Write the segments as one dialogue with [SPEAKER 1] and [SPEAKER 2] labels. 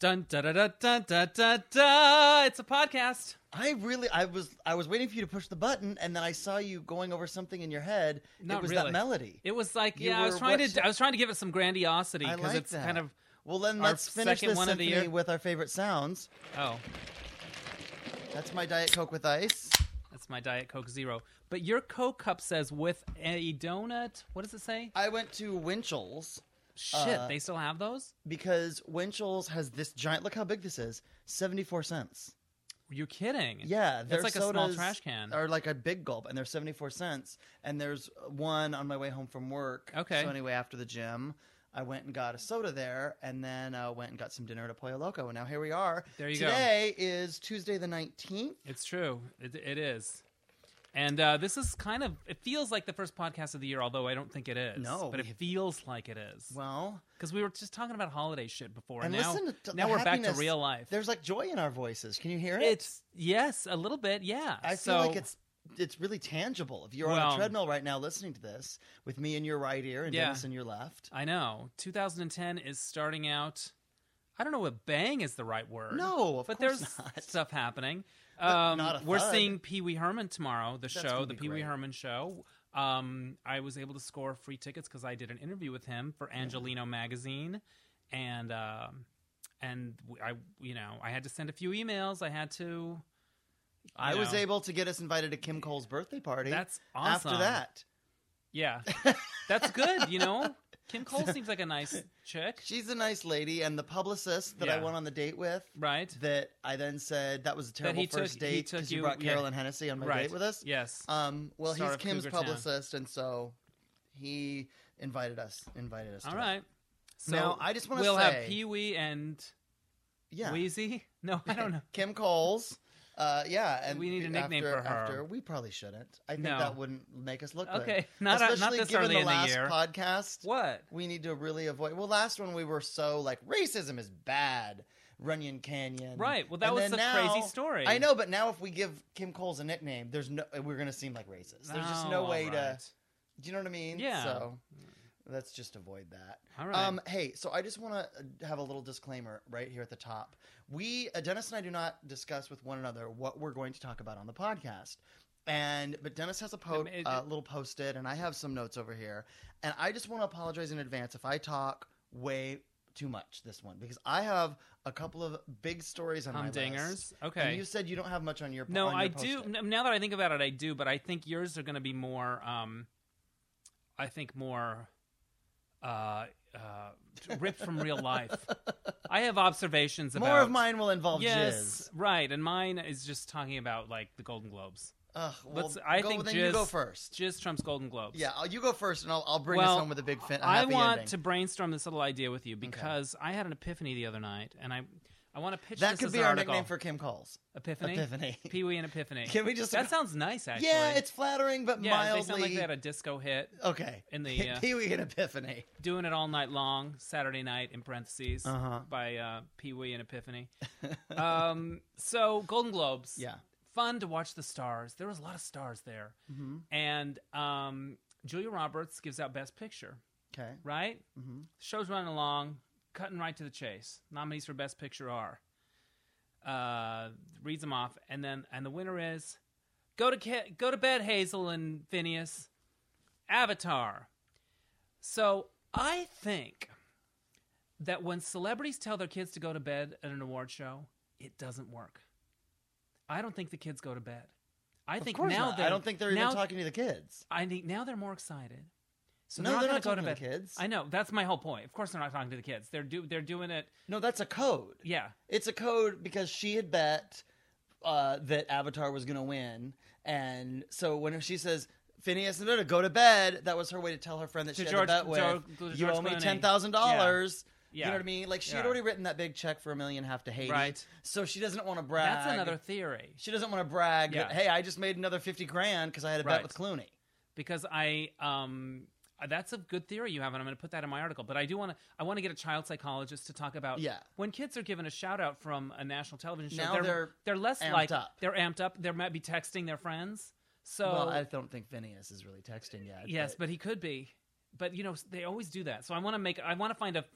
[SPEAKER 1] Dun da da da da da da da. It's a podcast.
[SPEAKER 2] I really, I was, I was waiting for you to push the button, and then I saw you going over something in your head.
[SPEAKER 1] Not
[SPEAKER 2] it was
[SPEAKER 1] really.
[SPEAKER 2] that melody.
[SPEAKER 1] It was like
[SPEAKER 2] You
[SPEAKER 1] yeah, I was
[SPEAKER 2] were
[SPEAKER 1] trying
[SPEAKER 2] what-
[SPEAKER 1] to I was trying to give it some grandiosity
[SPEAKER 2] I
[SPEAKER 1] because
[SPEAKER 2] like
[SPEAKER 1] it's
[SPEAKER 2] that.
[SPEAKER 1] kind of
[SPEAKER 2] well, then
[SPEAKER 1] our
[SPEAKER 2] let's finish
[SPEAKER 1] second
[SPEAKER 2] this
[SPEAKER 1] one of the
[SPEAKER 2] symphony
[SPEAKER 1] year.
[SPEAKER 2] with our favorite sounds.
[SPEAKER 1] oh,
[SPEAKER 2] That's my diet coke with ice.
[SPEAKER 1] that's my diet Coke Zero. But your Coke cup says with a donut. What does it say?
[SPEAKER 2] I went to Winchell's
[SPEAKER 1] Shit,
[SPEAKER 2] uh,
[SPEAKER 1] they still have those.
[SPEAKER 2] because Winchell's has this giant. Look how big this is. Seventy-four cents.
[SPEAKER 1] You're kidding.
[SPEAKER 2] Yeah,
[SPEAKER 1] that's
[SPEAKER 2] their
[SPEAKER 1] like a small
[SPEAKER 2] sodas
[SPEAKER 1] trash can.
[SPEAKER 2] Are like a big gulp, and they're seventy-four cents. And there's one on my way home from work.
[SPEAKER 1] Okay.
[SPEAKER 2] So anyway, after the gym. I went and got a soda there, and then uh, went and got some dinner at a Pollo Loco, and now here we are.
[SPEAKER 1] There you go.
[SPEAKER 2] Today is Tuesday the nineteenth.
[SPEAKER 1] It's true. It, it is. And uh, this is kind of it feels like the first podcast of the year, although I don't think it is.
[SPEAKER 2] No,
[SPEAKER 1] but it
[SPEAKER 2] we-
[SPEAKER 1] feels like it is
[SPEAKER 2] Well,
[SPEAKER 1] because we were just talking about holiday shit before,
[SPEAKER 2] and
[SPEAKER 1] now
[SPEAKER 2] listen to
[SPEAKER 1] now
[SPEAKER 2] the
[SPEAKER 1] we're back
[SPEAKER 2] happiness.
[SPEAKER 1] to real life.
[SPEAKER 2] There's like joy in our voices. Can you hear it?
[SPEAKER 1] It's yes, a little bit, yeah.
[SPEAKER 2] I
[SPEAKER 1] so,
[SPEAKER 2] feel like it's it's really tangible. If you're on
[SPEAKER 1] Well-
[SPEAKER 2] a treadmill right now listening to this with me in your right ear and
[SPEAKER 1] Yeah.
[SPEAKER 2] Dennis in your left.
[SPEAKER 1] I know 2010 is starting out. I don't know if bang is the right word.
[SPEAKER 2] No, of
[SPEAKER 1] but
[SPEAKER 2] course
[SPEAKER 1] there's
[SPEAKER 2] not.
[SPEAKER 1] stuff happening.
[SPEAKER 2] But
[SPEAKER 1] Um,
[SPEAKER 2] not a
[SPEAKER 1] we're
[SPEAKER 2] thud.
[SPEAKER 1] seeing Pee Wee Herman tomorrow. The
[SPEAKER 2] That's
[SPEAKER 1] show,
[SPEAKER 2] gonna
[SPEAKER 1] the
[SPEAKER 2] be
[SPEAKER 1] Pee Wee
[SPEAKER 2] great.
[SPEAKER 1] Herman show. Um, I was able to score free tickets because I did an interview with him for Angelino magazine, and um, and w- I, you know, I had to send a few emails. I had to. you
[SPEAKER 2] I was
[SPEAKER 1] know.
[SPEAKER 2] able to get us invited to Kim Cole's birthday party.
[SPEAKER 1] That's awesome.
[SPEAKER 2] After that,
[SPEAKER 1] yeah, that's good. You know, Kim Cole seems like a nice chick,
[SPEAKER 2] she's a nice lady, and the publicist that I
[SPEAKER 1] Yeah.
[SPEAKER 2] went on the date with.
[SPEAKER 1] right?
[SPEAKER 2] That I then said that was a terrible
[SPEAKER 1] he took-
[SPEAKER 2] first
[SPEAKER 1] he
[SPEAKER 2] date
[SPEAKER 1] took
[SPEAKER 2] you
[SPEAKER 1] you-
[SPEAKER 2] brought
[SPEAKER 1] yeah.
[SPEAKER 2] Carolyn Hennessy on my
[SPEAKER 1] right
[SPEAKER 2] date with us.
[SPEAKER 1] Yes.
[SPEAKER 2] Um, well,
[SPEAKER 1] Star
[SPEAKER 2] he's
[SPEAKER 1] of
[SPEAKER 2] Kim's
[SPEAKER 1] Cougar Town.
[SPEAKER 2] publicist, and so he invited us. Invited us.
[SPEAKER 1] All
[SPEAKER 2] to it.
[SPEAKER 1] right. So
[SPEAKER 2] Now, I just wanna
[SPEAKER 1] we'll have
[SPEAKER 2] say-
[SPEAKER 1] Pee Wee and
[SPEAKER 2] Yeah.
[SPEAKER 1] Wheezy. No, I don't know.
[SPEAKER 2] Kim Coles. Uh, yeah, and
[SPEAKER 1] We need a nickname
[SPEAKER 2] after,
[SPEAKER 1] for her.
[SPEAKER 2] After we probably shouldn't. I think
[SPEAKER 1] No.
[SPEAKER 2] that wouldn't make us look
[SPEAKER 1] Okay,
[SPEAKER 2] Good.
[SPEAKER 1] not- not
[SPEAKER 2] Especially
[SPEAKER 1] this
[SPEAKER 2] given
[SPEAKER 1] early
[SPEAKER 2] the
[SPEAKER 1] in the
[SPEAKER 2] last
[SPEAKER 1] year.
[SPEAKER 2] podcast.
[SPEAKER 1] What?
[SPEAKER 2] We need to really avoid. Well, last one we were so like racism is bad. Runyon Canyon.
[SPEAKER 1] Right, well, that
[SPEAKER 2] And
[SPEAKER 1] was
[SPEAKER 2] then
[SPEAKER 1] a crazy
[SPEAKER 2] now-
[SPEAKER 1] story.
[SPEAKER 2] I know, but now if we give Kim Coles a nickname, there's no we're gonna seem like racist. There's just no
[SPEAKER 1] Oh,
[SPEAKER 2] way to.
[SPEAKER 1] alright.
[SPEAKER 2] Do you know what I mean?
[SPEAKER 1] Yeah.
[SPEAKER 2] So let's just avoid that.
[SPEAKER 1] All right.
[SPEAKER 2] Um, hey, so I just want to have a little disclaimer right here at the top. We, uh, Dennis and I, do not discuss with one another what we're going to talk about on the podcast. And but Dennis has a po-
[SPEAKER 1] Um, it-
[SPEAKER 2] uh, little post-it, and I have some notes over here. And I just want to apologize in advance if I talk way too much this one because I have a couple of big stories on my list.
[SPEAKER 1] Humdingers.
[SPEAKER 2] And
[SPEAKER 1] Okay.
[SPEAKER 2] you said you don't have much on your
[SPEAKER 1] no,
[SPEAKER 2] on your
[SPEAKER 1] I do.
[SPEAKER 2] Post-it.
[SPEAKER 1] n- Now that I think about it, I do. But I think yours are going to be more. Um, I think more. Uh, uh, ripped from real life. I have observations about
[SPEAKER 2] More of mine will involve
[SPEAKER 1] Yes,
[SPEAKER 2] jizz.
[SPEAKER 1] right, and mine is just talking about like the Golden Globes.
[SPEAKER 2] Ugh, well,
[SPEAKER 1] Let's- I
[SPEAKER 2] go,
[SPEAKER 1] think
[SPEAKER 2] then you go
[SPEAKER 1] jizz-
[SPEAKER 2] first.
[SPEAKER 1] Just Trump's Golden Globes.
[SPEAKER 2] Yeah, I'll- you go first, and I'll, I'll bring us home with a big fin. a
[SPEAKER 1] I
[SPEAKER 2] happy
[SPEAKER 1] want
[SPEAKER 2] ending.
[SPEAKER 1] to brainstorm this little idea with you because I had an epiphany the other night, and I I want to pitch
[SPEAKER 2] That
[SPEAKER 1] this
[SPEAKER 2] could
[SPEAKER 1] as
[SPEAKER 2] be
[SPEAKER 1] an
[SPEAKER 2] our
[SPEAKER 1] article.
[SPEAKER 2] nickname for Kim Calls.
[SPEAKER 1] epiphany.
[SPEAKER 2] Epiphany.
[SPEAKER 1] Pee Wee and Epiphany.
[SPEAKER 2] Can we just-
[SPEAKER 1] That sounds nice, actually.
[SPEAKER 2] Yeah, it's flattering, but
[SPEAKER 1] yeah.
[SPEAKER 2] mildly.
[SPEAKER 1] They sound like they had a disco hit,
[SPEAKER 2] Okay.
[SPEAKER 1] in the, uh,
[SPEAKER 2] Pee Wee and Epiphany.
[SPEAKER 1] doing it all night long, Saturday night in parentheses
[SPEAKER 2] Uh-huh.
[SPEAKER 1] by uh, Pee Wee and Epiphany. um, so Golden Globes.
[SPEAKER 2] Yeah.
[SPEAKER 1] fun to watch the stars. There was a lot of stars there,
[SPEAKER 2] Mm-hmm.
[SPEAKER 1] and um, Julia Roberts gives out Best Picture,
[SPEAKER 2] Okay.
[SPEAKER 1] right?
[SPEAKER 2] Mm-hmm.
[SPEAKER 1] Show's running along, cutting right to the chase. Nominees for Best Picture are uh, reads them off, and then and the winner is go to ca- go to bed, Hazel and Phineas, Avatar. So I think that when celebrities tell their kids to go to bed at an award show, it doesn't work. I don't think the kids go to bed. I
[SPEAKER 2] Of
[SPEAKER 1] think
[SPEAKER 2] course
[SPEAKER 1] now
[SPEAKER 2] not.
[SPEAKER 1] they're
[SPEAKER 2] I don't think they're even
[SPEAKER 1] now-
[SPEAKER 2] talking to the kids.
[SPEAKER 1] I think now they're more excited. So
[SPEAKER 2] No, they're
[SPEAKER 1] not
[SPEAKER 2] not
[SPEAKER 1] going
[SPEAKER 2] talking
[SPEAKER 1] go
[SPEAKER 2] to
[SPEAKER 1] to
[SPEAKER 2] the
[SPEAKER 1] bed.
[SPEAKER 2] kids.
[SPEAKER 1] I know. That's my whole point. Of course they're not talking to the kids. They're do they're doing it.
[SPEAKER 2] No, that's a code.
[SPEAKER 1] Yeah.
[SPEAKER 2] It's a code because she had bet uh, that Avatar was going to win, and so when she says. Phineas and Luna, go to bed. That was her way to tell her friend that
[SPEAKER 1] To
[SPEAKER 2] she
[SPEAKER 1] George-
[SPEAKER 2] had to bet with.
[SPEAKER 1] George-
[SPEAKER 2] you
[SPEAKER 1] George
[SPEAKER 2] owe me
[SPEAKER 1] Clooney."
[SPEAKER 2] ten thousand dollars.
[SPEAKER 1] Yeah.
[SPEAKER 2] You know what I mean? Like she had
[SPEAKER 1] Yeah.
[SPEAKER 2] already written that big check for a million half to Haiti,
[SPEAKER 1] Right.
[SPEAKER 2] So she doesn't want to brag.
[SPEAKER 1] That's another theory
[SPEAKER 2] She doesn't want to brag that
[SPEAKER 1] Yeah.
[SPEAKER 2] hey, I just made another fifty grand because I had a
[SPEAKER 1] Right.
[SPEAKER 2] bet with Clooney.
[SPEAKER 1] because I um that's a good theory you have, and I'm going to put that in my article. But I do want to I want to get a child psychologist to talk about
[SPEAKER 2] Yeah.
[SPEAKER 1] when kids are given a shout out from a national television show.
[SPEAKER 2] Now
[SPEAKER 1] they're
[SPEAKER 2] they're
[SPEAKER 1] less
[SPEAKER 2] amped
[SPEAKER 1] like
[SPEAKER 2] up.
[SPEAKER 1] they're amped up. They might be texting their friends. So
[SPEAKER 2] well, I don't think Phineas is really texting yet.
[SPEAKER 1] yes, but he could be. But you know they always do that. So I want to make I want to find a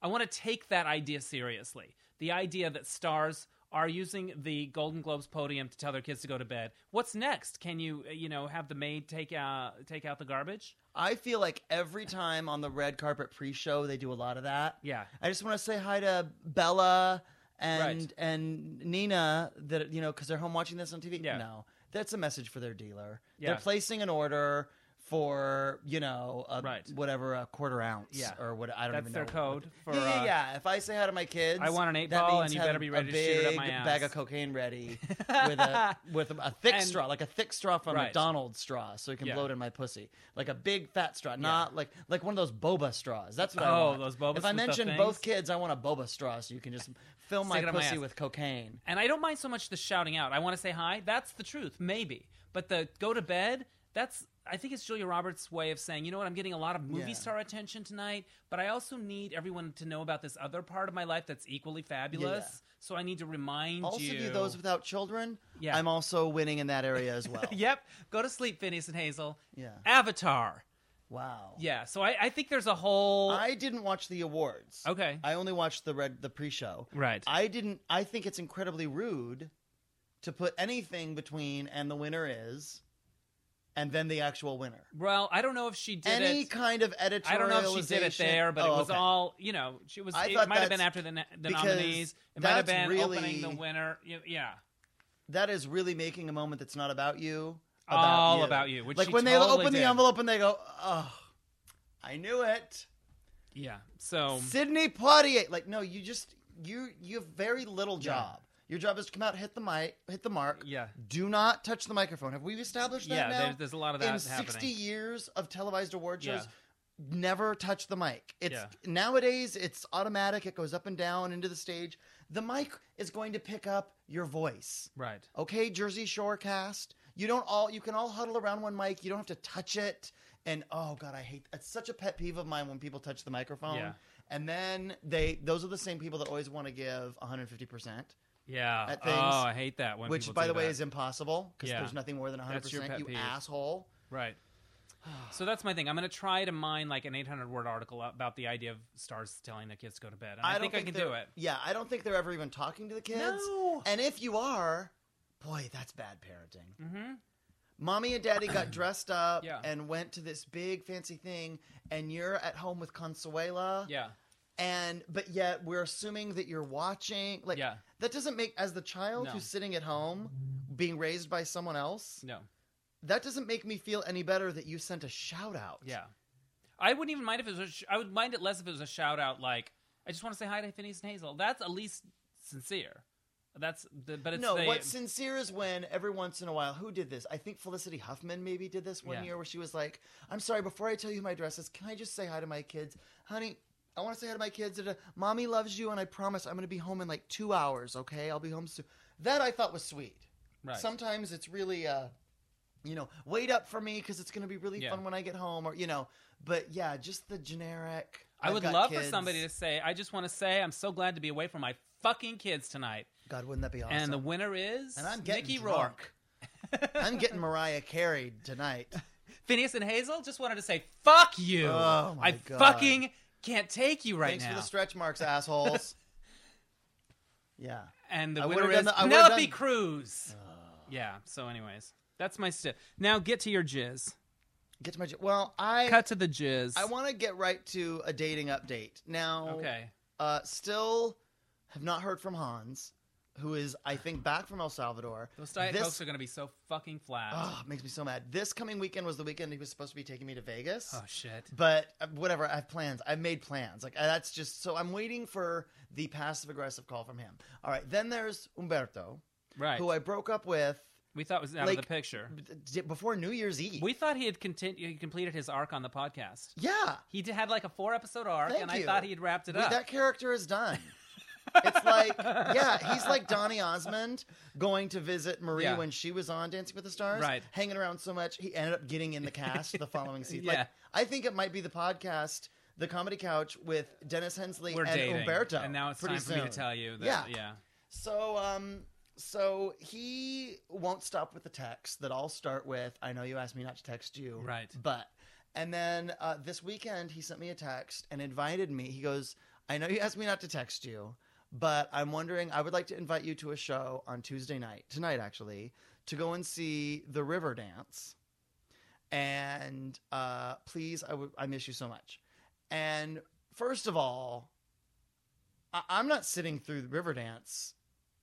[SPEAKER 1] I want to take that idea seriously. The idea that stars are using the Golden Globes podium to tell their kids to go to bed. What's next? Can you, uh, you know, have the maid take out take out the garbage?
[SPEAKER 2] I feel like every time on the red carpet pre-show they do a lot of that.
[SPEAKER 1] Yeah.
[SPEAKER 2] I just want to say hi to Bella and
[SPEAKER 1] Right.
[SPEAKER 2] and Nina that you know because they're home watching this on TV.
[SPEAKER 1] Yeah.
[SPEAKER 2] No, that's a message for their dealer.
[SPEAKER 1] Yeah.
[SPEAKER 2] They're placing an order for you know a,
[SPEAKER 1] Right.
[SPEAKER 2] whatever a quarter ounce
[SPEAKER 1] Yeah
[SPEAKER 2] or what I don't
[SPEAKER 1] That's
[SPEAKER 2] even
[SPEAKER 1] their
[SPEAKER 2] know.
[SPEAKER 1] code for
[SPEAKER 2] yeah, yeah,
[SPEAKER 1] uh,
[SPEAKER 2] yeah. If I say hi to my kids,
[SPEAKER 1] I want an eight
[SPEAKER 2] that
[SPEAKER 1] ball,
[SPEAKER 2] means
[SPEAKER 1] and you
[SPEAKER 2] have
[SPEAKER 1] better be ready
[SPEAKER 2] a
[SPEAKER 1] to shoot it up
[SPEAKER 2] big
[SPEAKER 1] my ass.
[SPEAKER 2] bag of cocaine ready with a with a, a thick
[SPEAKER 1] And-
[SPEAKER 2] straw, like a thick straw from
[SPEAKER 1] Right.
[SPEAKER 2] McDonald's straw, so you can
[SPEAKER 1] Yeah.
[SPEAKER 2] blow it in my pussy, like a big fat straw, not like like one of those boba straws. That's what I
[SPEAKER 1] Oh,
[SPEAKER 2] want.
[SPEAKER 1] those bobas
[SPEAKER 2] If I
[SPEAKER 1] with the
[SPEAKER 2] mention both
[SPEAKER 1] things?
[SPEAKER 2] kids, I want a boba straw, so you can just fill my
[SPEAKER 1] Stick it up my
[SPEAKER 2] pussy
[SPEAKER 1] ass.
[SPEAKER 2] with cocaine.
[SPEAKER 1] And I don't mind so much the shouting out. I want to say hi. That's the truth, maybe. But the go to bed, that's I think it's Julia Roberts' way of saying, you know what, I'm getting a lot of movie
[SPEAKER 2] Yeah.
[SPEAKER 1] star attention tonight, but I also need everyone to know about this other part of my life that's equally fabulous. So I need to remind
[SPEAKER 2] Also,
[SPEAKER 1] you.
[SPEAKER 2] do those without children.
[SPEAKER 1] Yeah.
[SPEAKER 2] I'm also winning in that area as well.
[SPEAKER 1] yep. Go to sleep, Phineas and Hazel.
[SPEAKER 2] Yeah.
[SPEAKER 1] Avatar.
[SPEAKER 2] Wow.
[SPEAKER 1] Yeah. So I, I think there's a whole.
[SPEAKER 2] I didn't watch the awards.
[SPEAKER 1] okay.
[SPEAKER 2] I only watched the red the pre-show.
[SPEAKER 1] right.
[SPEAKER 2] I didn't. I think it's incredibly rude to put anything between and the winner is, and then the actual winner.
[SPEAKER 1] well, I don't know if she did
[SPEAKER 2] Any
[SPEAKER 1] it.
[SPEAKER 2] kind of editorialization.
[SPEAKER 1] I don't know if she did it there, but
[SPEAKER 2] Oh,
[SPEAKER 1] it was
[SPEAKER 2] okay.
[SPEAKER 1] all you know. She was.
[SPEAKER 2] I
[SPEAKER 1] it
[SPEAKER 2] thought
[SPEAKER 1] might have been
[SPEAKER 2] that's-
[SPEAKER 1] after the, na- the
[SPEAKER 2] because
[SPEAKER 1] nominees. It might have
[SPEAKER 2] that's
[SPEAKER 1] been opening the
[SPEAKER 2] really-
[SPEAKER 1] winner. Y- Yeah,
[SPEAKER 2] That is really making a moment that's not about you. About
[SPEAKER 1] all
[SPEAKER 2] you.
[SPEAKER 1] about you. Which
[SPEAKER 2] like
[SPEAKER 1] she
[SPEAKER 2] when
[SPEAKER 1] totally
[SPEAKER 2] they open
[SPEAKER 1] did.
[SPEAKER 2] the envelope and they go, "Oh, I knew it."
[SPEAKER 1] Yeah. So
[SPEAKER 2] Sydney Poitier. Like, no, you just you you have very little
[SPEAKER 1] Yeah.
[SPEAKER 2] job. Your job is to come out, hit the mic, hit the mark.
[SPEAKER 1] yeah,
[SPEAKER 2] Do not touch the microphone. Have we established
[SPEAKER 1] yeah.
[SPEAKER 2] that now?
[SPEAKER 1] There's, there's a lot of that
[SPEAKER 2] in 60
[SPEAKER 1] happening.
[SPEAKER 2] years of televised award shows
[SPEAKER 1] Yeah.
[SPEAKER 2] never touch the mic it's
[SPEAKER 1] Yeah.
[SPEAKER 2] nowadays it's automatic it goes up and down into the stage the mic is going to pick up your voice
[SPEAKER 1] Right.
[SPEAKER 2] okay jersey shore cast you don't all you can all huddle around one mic you don't have to touch it and oh god i hate it's such a pet peeve of mine when people touch the microphone
[SPEAKER 1] Yeah.
[SPEAKER 2] and then they those are the same people that always want to give 150%
[SPEAKER 1] Yeah.
[SPEAKER 2] At
[SPEAKER 1] oh,
[SPEAKER 2] things,
[SPEAKER 1] I hate that when
[SPEAKER 2] which
[SPEAKER 1] people
[SPEAKER 2] by
[SPEAKER 1] do
[SPEAKER 2] the way
[SPEAKER 1] that.
[SPEAKER 2] is impossible because
[SPEAKER 1] Yeah.
[SPEAKER 2] there's nothing more than 100%
[SPEAKER 1] That's your pet
[SPEAKER 2] you
[SPEAKER 1] peeve.
[SPEAKER 2] asshole
[SPEAKER 1] right. So that's my thing. I'm going to try to mine like an 800 word article about the idea of stars telling their kids to go to bed. And I,
[SPEAKER 2] don't
[SPEAKER 1] think, I can
[SPEAKER 2] they're-
[SPEAKER 1] do it.
[SPEAKER 2] Yeah, I don't think they're ever even talking to the kids.
[SPEAKER 1] No.
[SPEAKER 2] And if you are, boy, that's bad parenting.
[SPEAKER 1] Mm-hmm.
[SPEAKER 2] Mommy and daddy got dressed up
[SPEAKER 1] Yeah.
[SPEAKER 2] and went to this big fancy thing, and you're at home with Consuela.
[SPEAKER 1] Yeah.
[SPEAKER 2] And but yet we're assuming that you're watching. Like
[SPEAKER 1] yeah.
[SPEAKER 2] that doesn't make as the child
[SPEAKER 1] No.
[SPEAKER 2] who's sitting at home being raised by someone else.
[SPEAKER 1] No.
[SPEAKER 2] That doesn't make me feel any better that you sent a shout out.
[SPEAKER 1] Yeah, I wouldn't even mind if it was. A sh- I would mind it less if it was a shout out like I just want to say hi to Phineas and Hazel. That's at least sincere. That's the, but it's
[SPEAKER 2] no,
[SPEAKER 1] the,
[SPEAKER 2] what's sincere is when every once in a while, who did this? I think Felicity Huffman maybe did this one
[SPEAKER 1] Yeah.
[SPEAKER 2] year where she was like, I'm sorry, before I tell you who my dress is, can I just say hi to my kids? Honey, I want to say hi to my kids. Da-da. Mommy loves you, and I promise I'm going to be home in like two hours, okay? I'll be home soon. That I thought was sweet.
[SPEAKER 1] right.
[SPEAKER 2] Sometimes it's really, uh, you know, wait up for me because it's going to be really
[SPEAKER 1] Yeah.
[SPEAKER 2] fun when I get home, or, you know, but yeah, just the generic.
[SPEAKER 1] I
[SPEAKER 2] "I've
[SPEAKER 1] would
[SPEAKER 2] got
[SPEAKER 1] love for
[SPEAKER 2] kids."
[SPEAKER 1] somebody to say I just want to say I'm so glad to be away from my fucking kids tonight.
[SPEAKER 2] God, wouldn't that be awesome?
[SPEAKER 1] And the winner is
[SPEAKER 2] And I'm getting
[SPEAKER 1] Mickey
[SPEAKER 2] drunk.
[SPEAKER 1] Rourke.
[SPEAKER 2] I'm getting Mariah Carey tonight.
[SPEAKER 1] Phineas and Hazel just wanted to say fuck you.
[SPEAKER 2] Oh, my
[SPEAKER 1] I
[SPEAKER 2] God.
[SPEAKER 1] fucking can't take you right
[SPEAKER 2] Thanks
[SPEAKER 1] now.
[SPEAKER 2] for the stretch marks, assholes. yeah.
[SPEAKER 1] and the
[SPEAKER 2] I
[SPEAKER 1] winner
[SPEAKER 2] would've done
[SPEAKER 1] is
[SPEAKER 2] the- I would've
[SPEAKER 1] Penelope
[SPEAKER 2] done- Oh.
[SPEAKER 1] Cruz. Yeah. So, anyways, that's my stuff. Now get to your jizz.
[SPEAKER 2] Get to my. j- Well, I
[SPEAKER 1] Cut to the jizz.
[SPEAKER 2] I want to get right to a dating update now.
[SPEAKER 1] Okay.
[SPEAKER 2] Uh, still have not heard from Hans, who is I think back from El Salvador.
[SPEAKER 1] Those diet
[SPEAKER 2] This- Ah.
[SPEAKER 1] cokes are going to be so fucking flat. Oh,
[SPEAKER 2] Ugh, makes me so mad. This coming weekend was the weekend he was supposed to be taking me to Vegas.
[SPEAKER 1] Oh, shit.
[SPEAKER 2] But uh, whatever, I have plans. I've made plans. Like uh, that's just so I'm waiting for the passive aggressive call from him. All right, then there's Umberto,
[SPEAKER 1] Right.
[SPEAKER 2] who I broke up with
[SPEAKER 1] we thought was out of
[SPEAKER 2] like-
[SPEAKER 1] the picture.
[SPEAKER 2] d- before New Year's Eve.
[SPEAKER 1] We thought he had continu- he completed his arc on the podcast.
[SPEAKER 2] yeah,
[SPEAKER 1] He d- had like a four episode arc,
[SPEAKER 2] Thank
[SPEAKER 1] and I
[SPEAKER 2] you.
[SPEAKER 1] thought he had wrapped it
[SPEAKER 2] We-
[SPEAKER 1] up.
[SPEAKER 2] That character is done. it's like, yeah, he's like Donny Osmond going to visit Marie
[SPEAKER 1] Yeah.
[SPEAKER 2] when she was on Dancing with the Stars,
[SPEAKER 1] Right.
[SPEAKER 2] Hanging around so much, he ended up getting in the cast the following season.
[SPEAKER 1] Yeah.
[SPEAKER 2] Like, I think it might be the podcast, the Comedy Couch with Dennis Hensley
[SPEAKER 1] We're
[SPEAKER 2] and
[SPEAKER 1] dating.
[SPEAKER 2] Umberto.
[SPEAKER 1] And now it's
[SPEAKER 2] pretty
[SPEAKER 1] time for me
[SPEAKER 2] soon.
[SPEAKER 1] to tell you that. Yeah.
[SPEAKER 2] So, um, so he won't stop with the text that I'll start with. I know you asked me not to text you,
[SPEAKER 1] Right.
[SPEAKER 2] But and then uh, this weekend he sent me a text and invited me. He goes, I know you asked me not to text you, but I'm wondering. I would like to invite you to a show on Tuesday night, tonight actually, to go and see The River Dance. And uh, please, I would- I miss you so much. And first of all, I- I'm not sitting through The River Dance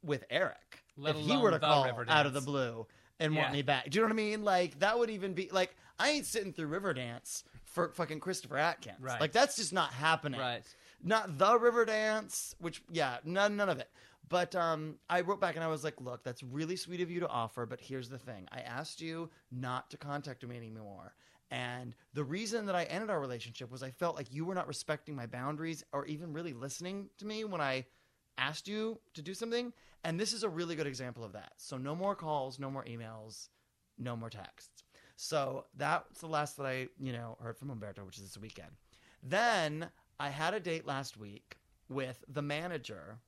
[SPEAKER 2] with Eric.
[SPEAKER 1] Let
[SPEAKER 2] if he
[SPEAKER 1] alone
[SPEAKER 2] were to
[SPEAKER 1] The
[SPEAKER 2] call
[SPEAKER 1] Riverdance.
[SPEAKER 2] out of the blue and want
[SPEAKER 1] Yeah.
[SPEAKER 2] me back, do you know what I mean? Like that would even be like I ain't sitting through Riverdance for fucking Christopher Atkins.
[SPEAKER 1] Right.
[SPEAKER 2] Like that's just not happening
[SPEAKER 1] Right.
[SPEAKER 2] not the river dance which yeah none none of it but um, i wrote back and i was like look that's really sweet of you to offer but here's the thing i asked you not to contact me anymore and the reason that i ended our relationship was i felt like you were not respecting my boundaries or even really listening to me when i asked you to do something and this is a really good example of that so no more calls no more emails no more texts so that's the last that i you know heard from umberto which is this weekend then I had a date last week with the manager,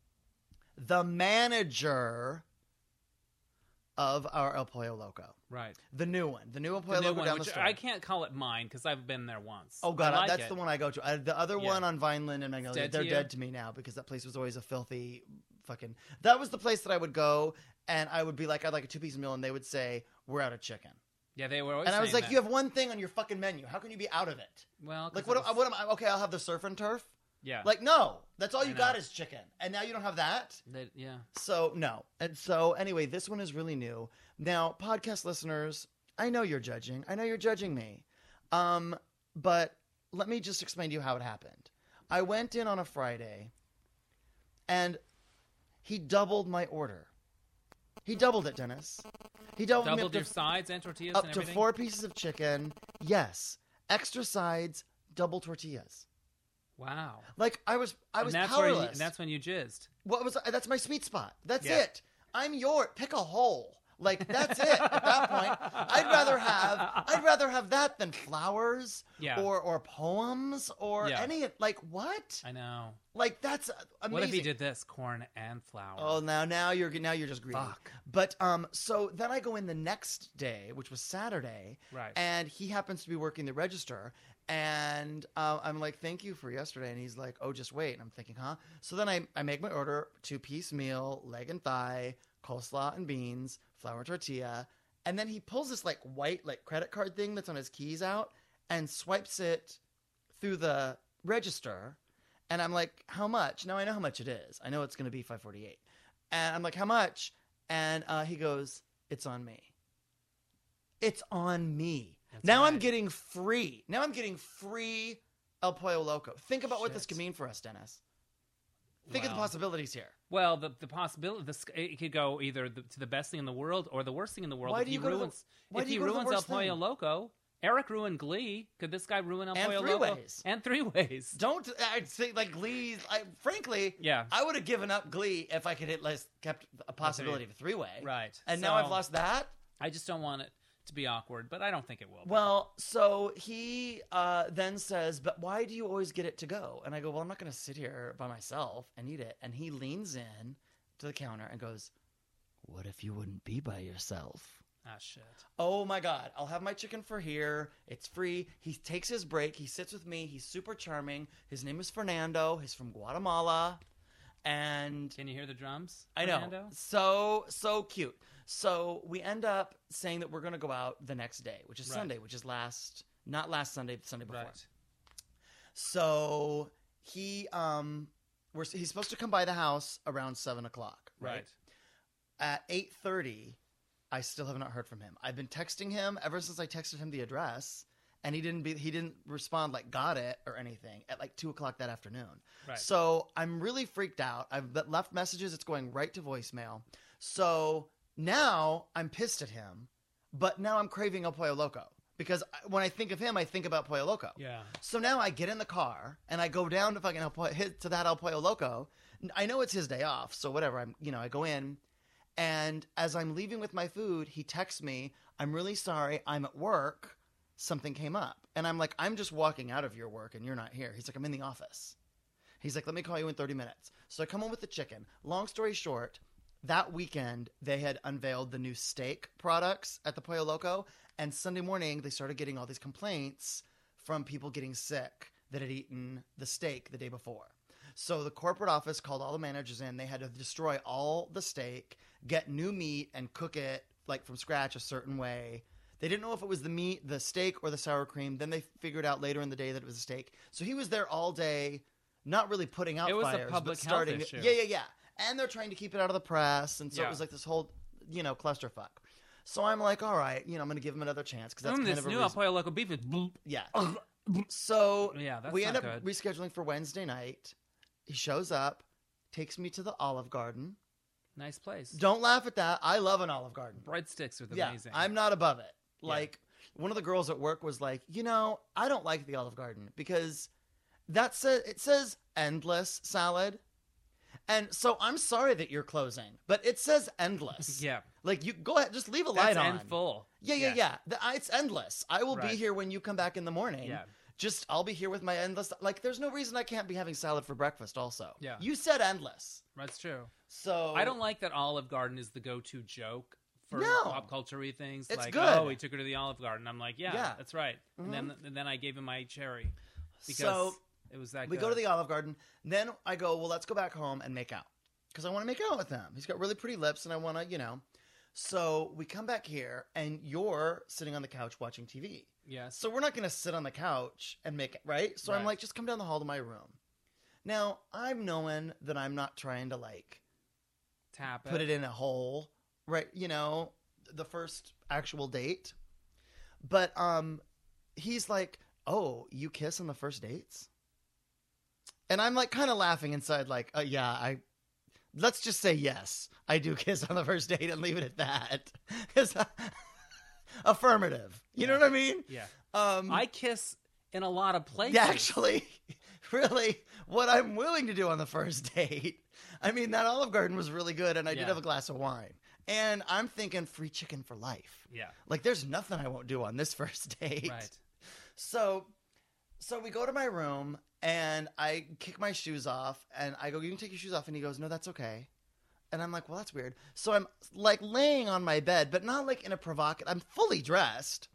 [SPEAKER 2] the manager of our El Pollo Loco,
[SPEAKER 1] Right.
[SPEAKER 2] the new one, the new El
[SPEAKER 1] The
[SPEAKER 2] Pollo
[SPEAKER 1] new
[SPEAKER 2] Loco
[SPEAKER 1] one,
[SPEAKER 2] down the
[SPEAKER 1] which
[SPEAKER 2] street.
[SPEAKER 1] I can't call it mine because I've been there once.
[SPEAKER 2] Oh god,
[SPEAKER 1] I like
[SPEAKER 2] that's
[SPEAKER 1] it.
[SPEAKER 2] the one I go to. I, the other
[SPEAKER 1] Yeah.
[SPEAKER 2] one on Vineland and Magnolia,
[SPEAKER 1] dead to
[SPEAKER 2] they're
[SPEAKER 1] you?
[SPEAKER 2] dead to me now because that place was always a filthy fucking. That was the place that I would go and I would be like, I'd like a two piece meal, and they would say, "We're out of chicken,"
[SPEAKER 1] Yeah, they were always.
[SPEAKER 2] and I was
[SPEAKER 1] saying
[SPEAKER 2] like,
[SPEAKER 1] that.
[SPEAKER 2] "You have one thing on your fucking menu. How can you be out of it?
[SPEAKER 1] well, 'cause
[SPEAKER 2] Like,
[SPEAKER 1] it
[SPEAKER 2] what?
[SPEAKER 1] was-
[SPEAKER 2] What am I? Okay, I'll have the surf and turf."
[SPEAKER 1] Yeah.
[SPEAKER 2] Like, no, that's all
[SPEAKER 1] I
[SPEAKER 2] you
[SPEAKER 1] know.
[SPEAKER 2] got is chicken. And now you don't have that.
[SPEAKER 1] They- yeah.
[SPEAKER 2] So, no. And so, anyway, this one is really new. Now, podcast listeners, I know you're judging. I know you're judging me. Um, but let me just explain to you how it happened. I went in on a Friday and he doubled my order. He doubled it, Dennis. He doubled, me up
[SPEAKER 1] Doubled
[SPEAKER 2] to
[SPEAKER 1] your sides and tortillas
[SPEAKER 2] up
[SPEAKER 1] and
[SPEAKER 2] to
[SPEAKER 1] everything.
[SPEAKER 2] four pieces of chicken. Yes. Extra sides, double tortillas.
[SPEAKER 1] Wow.
[SPEAKER 2] Like I was I was
[SPEAKER 1] and that's
[SPEAKER 2] powerless.
[SPEAKER 1] Where you, and that's when you jizzed.
[SPEAKER 2] what was that's my sweet spot. That's
[SPEAKER 1] Yeah.
[SPEAKER 2] it. I'm your pick a hole. Like that's it. At that point, I'd rather have I'd rather have that than flowers
[SPEAKER 1] Yeah.
[SPEAKER 2] or or poems or
[SPEAKER 1] Yeah.
[SPEAKER 2] any like what?
[SPEAKER 1] I know.
[SPEAKER 2] Like that's amazing.
[SPEAKER 1] What if he did this? Corn and flour.
[SPEAKER 2] Oh, now now you're now you're just greedy.
[SPEAKER 1] Fuck.
[SPEAKER 2] But um, so then I go in the next day, which was Saturday,
[SPEAKER 1] Right.
[SPEAKER 2] and he happens to be working the register. And uh, I'm like, thank you for yesterday. And he's like, oh, just wait. And I'm thinking, huh? So then I, I make my order two piece meal, leg and thigh, coleslaw and beans, flour tortilla. And then he pulls this like white, like credit card thing that's on his keys out and swipes it through the register. And I'm like, how much? Now I know how much it is. I know it's going to be 548. And I'm like, how much? And uh, he goes, it's on me. It's on me.
[SPEAKER 1] That's
[SPEAKER 2] now I'm
[SPEAKER 1] right.
[SPEAKER 2] getting free. Now I'm getting free El Pollo Loco. Think about what this
[SPEAKER 1] Shit.
[SPEAKER 2] could mean for us, Dennis. Think of the
[SPEAKER 1] Wow.
[SPEAKER 2] possibilities here.
[SPEAKER 1] Well, the the possibility this it could go either the, to the best thing in the world or the worst thing in the world.
[SPEAKER 2] Why
[SPEAKER 1] if
[SPEAKER 2] do
[SPEAKER 1] he
[SPEAKER 2] you go to the-
[SPEAKER 1] ruins
[SPEAKER 2] why
[SPEAKER 1] if
[SPEAKER 2] do
[SPEAKER 1] he
[SPEAKER 2] you go to the
[SPEAKER 1] ruins El
[SPEAKER 2] worst
[SPEAKER 1] Pollo
[SPEAKER 2] thing?
[SPEAKER 1] Loco, Eric ruined Glee. Could this guy ruin El
[SPEAKER 2] And
[SPEAKER 1] Pollo
[SPEAKER 2] Three
[SPEAKER 1] Loco
[SPEAKER 2] Ways.
[SPEAKER 1] and three ways?
[SPEAKER 2] Don't I'd say like Glee. I, frankly,
[SPEAKER 1] Yeah,
[SPEAKER 2] I would have given up Glee if I could at least kept a possibility of a three way.
[SPEAKER 1] right.
[SPEAKER 2] And now I've
[SPEAKER 1] So,
[SPEAKER 2] lost that.
[SPEAKER 1] I just don't want it to be awkward, but I don't think it will. be.
[SPEAKER 2] Well, so he uh, then says, "But why do you always get it to go?" And I go, "Well, I'm not going to sit here by myself and eat it." And he leans in to the counter and goes, "What if you wouldn't be by yourself?"
[SPEAKER 1] ah shit.
[SPEAKER 2] Oh my god, I'll have my chicken for here. It's free. He takes his break. He sits with me. He's super charming. His name is Fernando. He's from Guatemala. And
[SPEAKER 1] Can you hear the drums?
[SPEAKER 2] I know.
[SPEAKER 1] Fernando?
[SPEAKER 2] So, so cute. So we end up saying that we're going to go out the next day, which is
[SPEAKER 1] Right.
[SPEAKER 2] Sunday, which is last, not last Sunday, but Sunday before.
[SPEAKER 1] Right.
[SPEAKER 2] So he, um, we're, he's supposed to come by the house around seven o'clock,
[SPEAKER 1] Right.
[SPEAKER 2] right? At eight thirty, I still have not heard from him. I've been texting him ever since I texted him the address, and he didn't be he didn't respond like got it or anything at like two o'clock that afternoon.
[SPEAKER 1] Right.
[SPEAKER 2] So I'm really freaked out. I've le- left messages, it's going right to voicemail. So now I'm pissed at him, but now I'm craving El Pollo Loco because I, when I think of him, I think about Pollo Loco.
[SPEAKER 1] Yeah.
[SPEAKER 2] So now I get in the car and I go down to fucking El Pollo, hit to that El Pollo Loco. I know it's his day off, so whatever. I'm, you know, I go in and as I'm leaving with my food, he texts me, "I'm really sorry, I'm at work. Something came up." And I'm like, "I'm just walking out of your work and you're not here." He's like, "I'm in the office." He's like, "Let me call you in 30 minutes." So I come home with the chicken. Long story short, that weekend they had unveiled the new steak products at the Pollo Loco, and Sunday morning they started getting all these complaints from people getting sick that had eaten the steak the day before. So the corporate office called all the managers in. They had to destroy all the steak, get new meat, and cook it like from scratch a certain way. They didn't know if it was the meat, the steak, or the sour cream. Then they figured out later in the day that it was a steak. So he was there all day, not really putting out
[SPEAKER 1] It was a
[SPEAKER 2] fires,
[SPEAKER 1] public
[SPEAKER 2] but
[SPEAKER 1] health
[SPEAKER 2] starting.
[SPEAKER 1] issue.
[SPEAKER 2] Yeah, yeah, yeah. And they're trying to keep it out of the press, and so
[SPEAKER 1] Yeah.
[SPEAKER 2] it was like this whole, you know, clusterfuck. So I'm like, all right, you know, I'm going to give him another chance because that's
[SPEAKER 1] Mm,
[SPEAKER 2] kind
[SPEAKER 1] this
[SPEAKER 2] of a
[SPEAKER 1] new
[SPEAKER 2] reason-
[SPEAKER 1] Apoyo Loco beef is bloop.
[SPEAKER 2] yeah. So
[SPEAKER 1] Yeah, that's
[SPEAKER 2] we
[SPEAKER 1] not
[SPEAKER 2] end up
[SPEAKER 1] good.
[SPEAKER 2] rescheduling for Wednesday night. He shows up, takes me to the Olive Garden.
[SPEAKER 1] nice place.
[SPEAKER 2] Don't laugh at that. I love an Olive Garden.
[SPEAKER 1] Breadsticks are
[SPEAKER 2] yeah,
[SPEAKER 1] amazing.
[SPEAKER 2] I'm not above it.
[SPEAKER 1] Yeah.
[SPEAKER 2] Like one of the girls at work was like, you know, I don't like the Olive Garden because that says it says endless salad. And so I'm sorry that you're closing, but it says endless.
[SPEAKER 1] yeah,
[SPEAKER 2] Like you go ahead, just leave a light
[SPEAKER 1] that's
[SPEAKER 2] on.
[SPEAKER 1] and full.
[SPEAKER 2] Yeah, yeah,
[SPEAKER 1] Yeah.
[SPEAKER 2] yeah. The- I- it's endless. I will be
[SPEAKER 1] Right.
[SPEAKER 2] here when you come back in the morning.
[SPEAKER 1] Yeah.
[SPEAKER 2] Just I'll be here with my endless. Like, there's no reason I can't be having salad for breakfast. Also.
[SPEAKER 1] Yeah.
[SPEAKER 2] You said endless,
[SPEAKER 1] That's true.
[SPEAKER 2] so
[SPEAKER 1] I don't like that Olive Garden is the go-to joke for
[SPEAKER 2] No.
[SPEAKER 1] pop culture things.
[SPEAKER 2] It's
[SPEAKER 1] like,
[SPEAKER 2] good.
[SPEAKER 1] oh, he took her to the Olive Garden. I'm like, yeah,
[SPEAKER 2] Yeah. Mm-hmm.
[SPEAKER 1] that's right. And then and then I gave him my cherry because
[SPEAKER 2] So
[SPEAKER 1] it was that.
[SPEAKER 2] we
[SPEAKER 1] good.
[SPEAKER 2] go to the Olive Garden. Then I go. Well, let's go back home and make out because I want to make out with him. He's got really pretty lips, and I want to, you know. So we come back here, and you're sitting on the couch watching TV.
[SPEAKER 1] yes.
[SPEAKER 2] So we're not going to sit on the couch and make it right. So I'm
[SPEAKER 1] Right.
[SPEAKER 2] like, just come down the hall to my room. Now I'm knowing that I'm not trying to like
[SPEAKER 1] Tap
[SPEAKER 2] put it in a hole, right? You know, the first actual date. But um, he's like, "Oh, you kiss on the first dates?" And I'm like, kind of laughing inside, like, uh, "Yeah, I." Let's just say yes, I do kiss on the first date and leave it at that. 'Cause I- affirmative. You know
[SPEAKER 1] Yeah.
[SPEAKER 2] what I mean?
[SPEAKER 1] Yeah.
[SPEAKER 2] Um,
[SPEAKER 1] I kiss in a lot of places.
[SPEAKER 2] yeah, actually, really, what I'm willing to do on the first date. I mean, that Olive Garden was really good, and I did
[SPEAKER 1] Yeah.
[SPEAKER 2] have a glass of wine. And I'm thinking free chicken for life.
[SPEAKER 1] Yeah.
[SPEAKER 2] Like, there's nothing I won't do on this first date.
[SPEAKER 1] Right.
[SPEAKER 2] So, so we go to my room, and I kick my shoes off, and I go, "You can take your shoes off," and he goes, "No, that's okay." And I'm like, "Well, that's weird." So I'm like laying on my bed, but not like in a provocative. I'm fully dressed,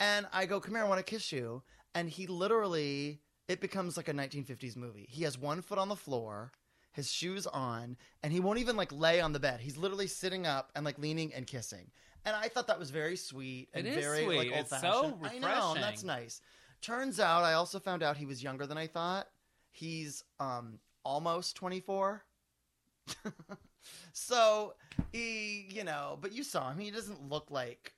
[SPEAKER 2] and I go, "Come here, I want to kiss you." And he literally, it becomes like a 1950s movie. He has one foot on the floor, his shoes on, and he won't even like lay on the bed. He's literally sitting up and like leaning and kissing. And I thought that was very sweet and
[SPEAKER 1] It is
[SPEAKER 2] very like
[SPEAKER 1] sweet.
[SPEAKER 2] old
[SPEAKER 1] It's so
[SPEAKER 2] fashioned. I know, and that's
[SPEAKER 1] refreshing.
[SPEAKER 2] nice. Turns out, I also found out he was younger than I thought. He's um almost 24. so he, you know, but you saw him. He doesn't look like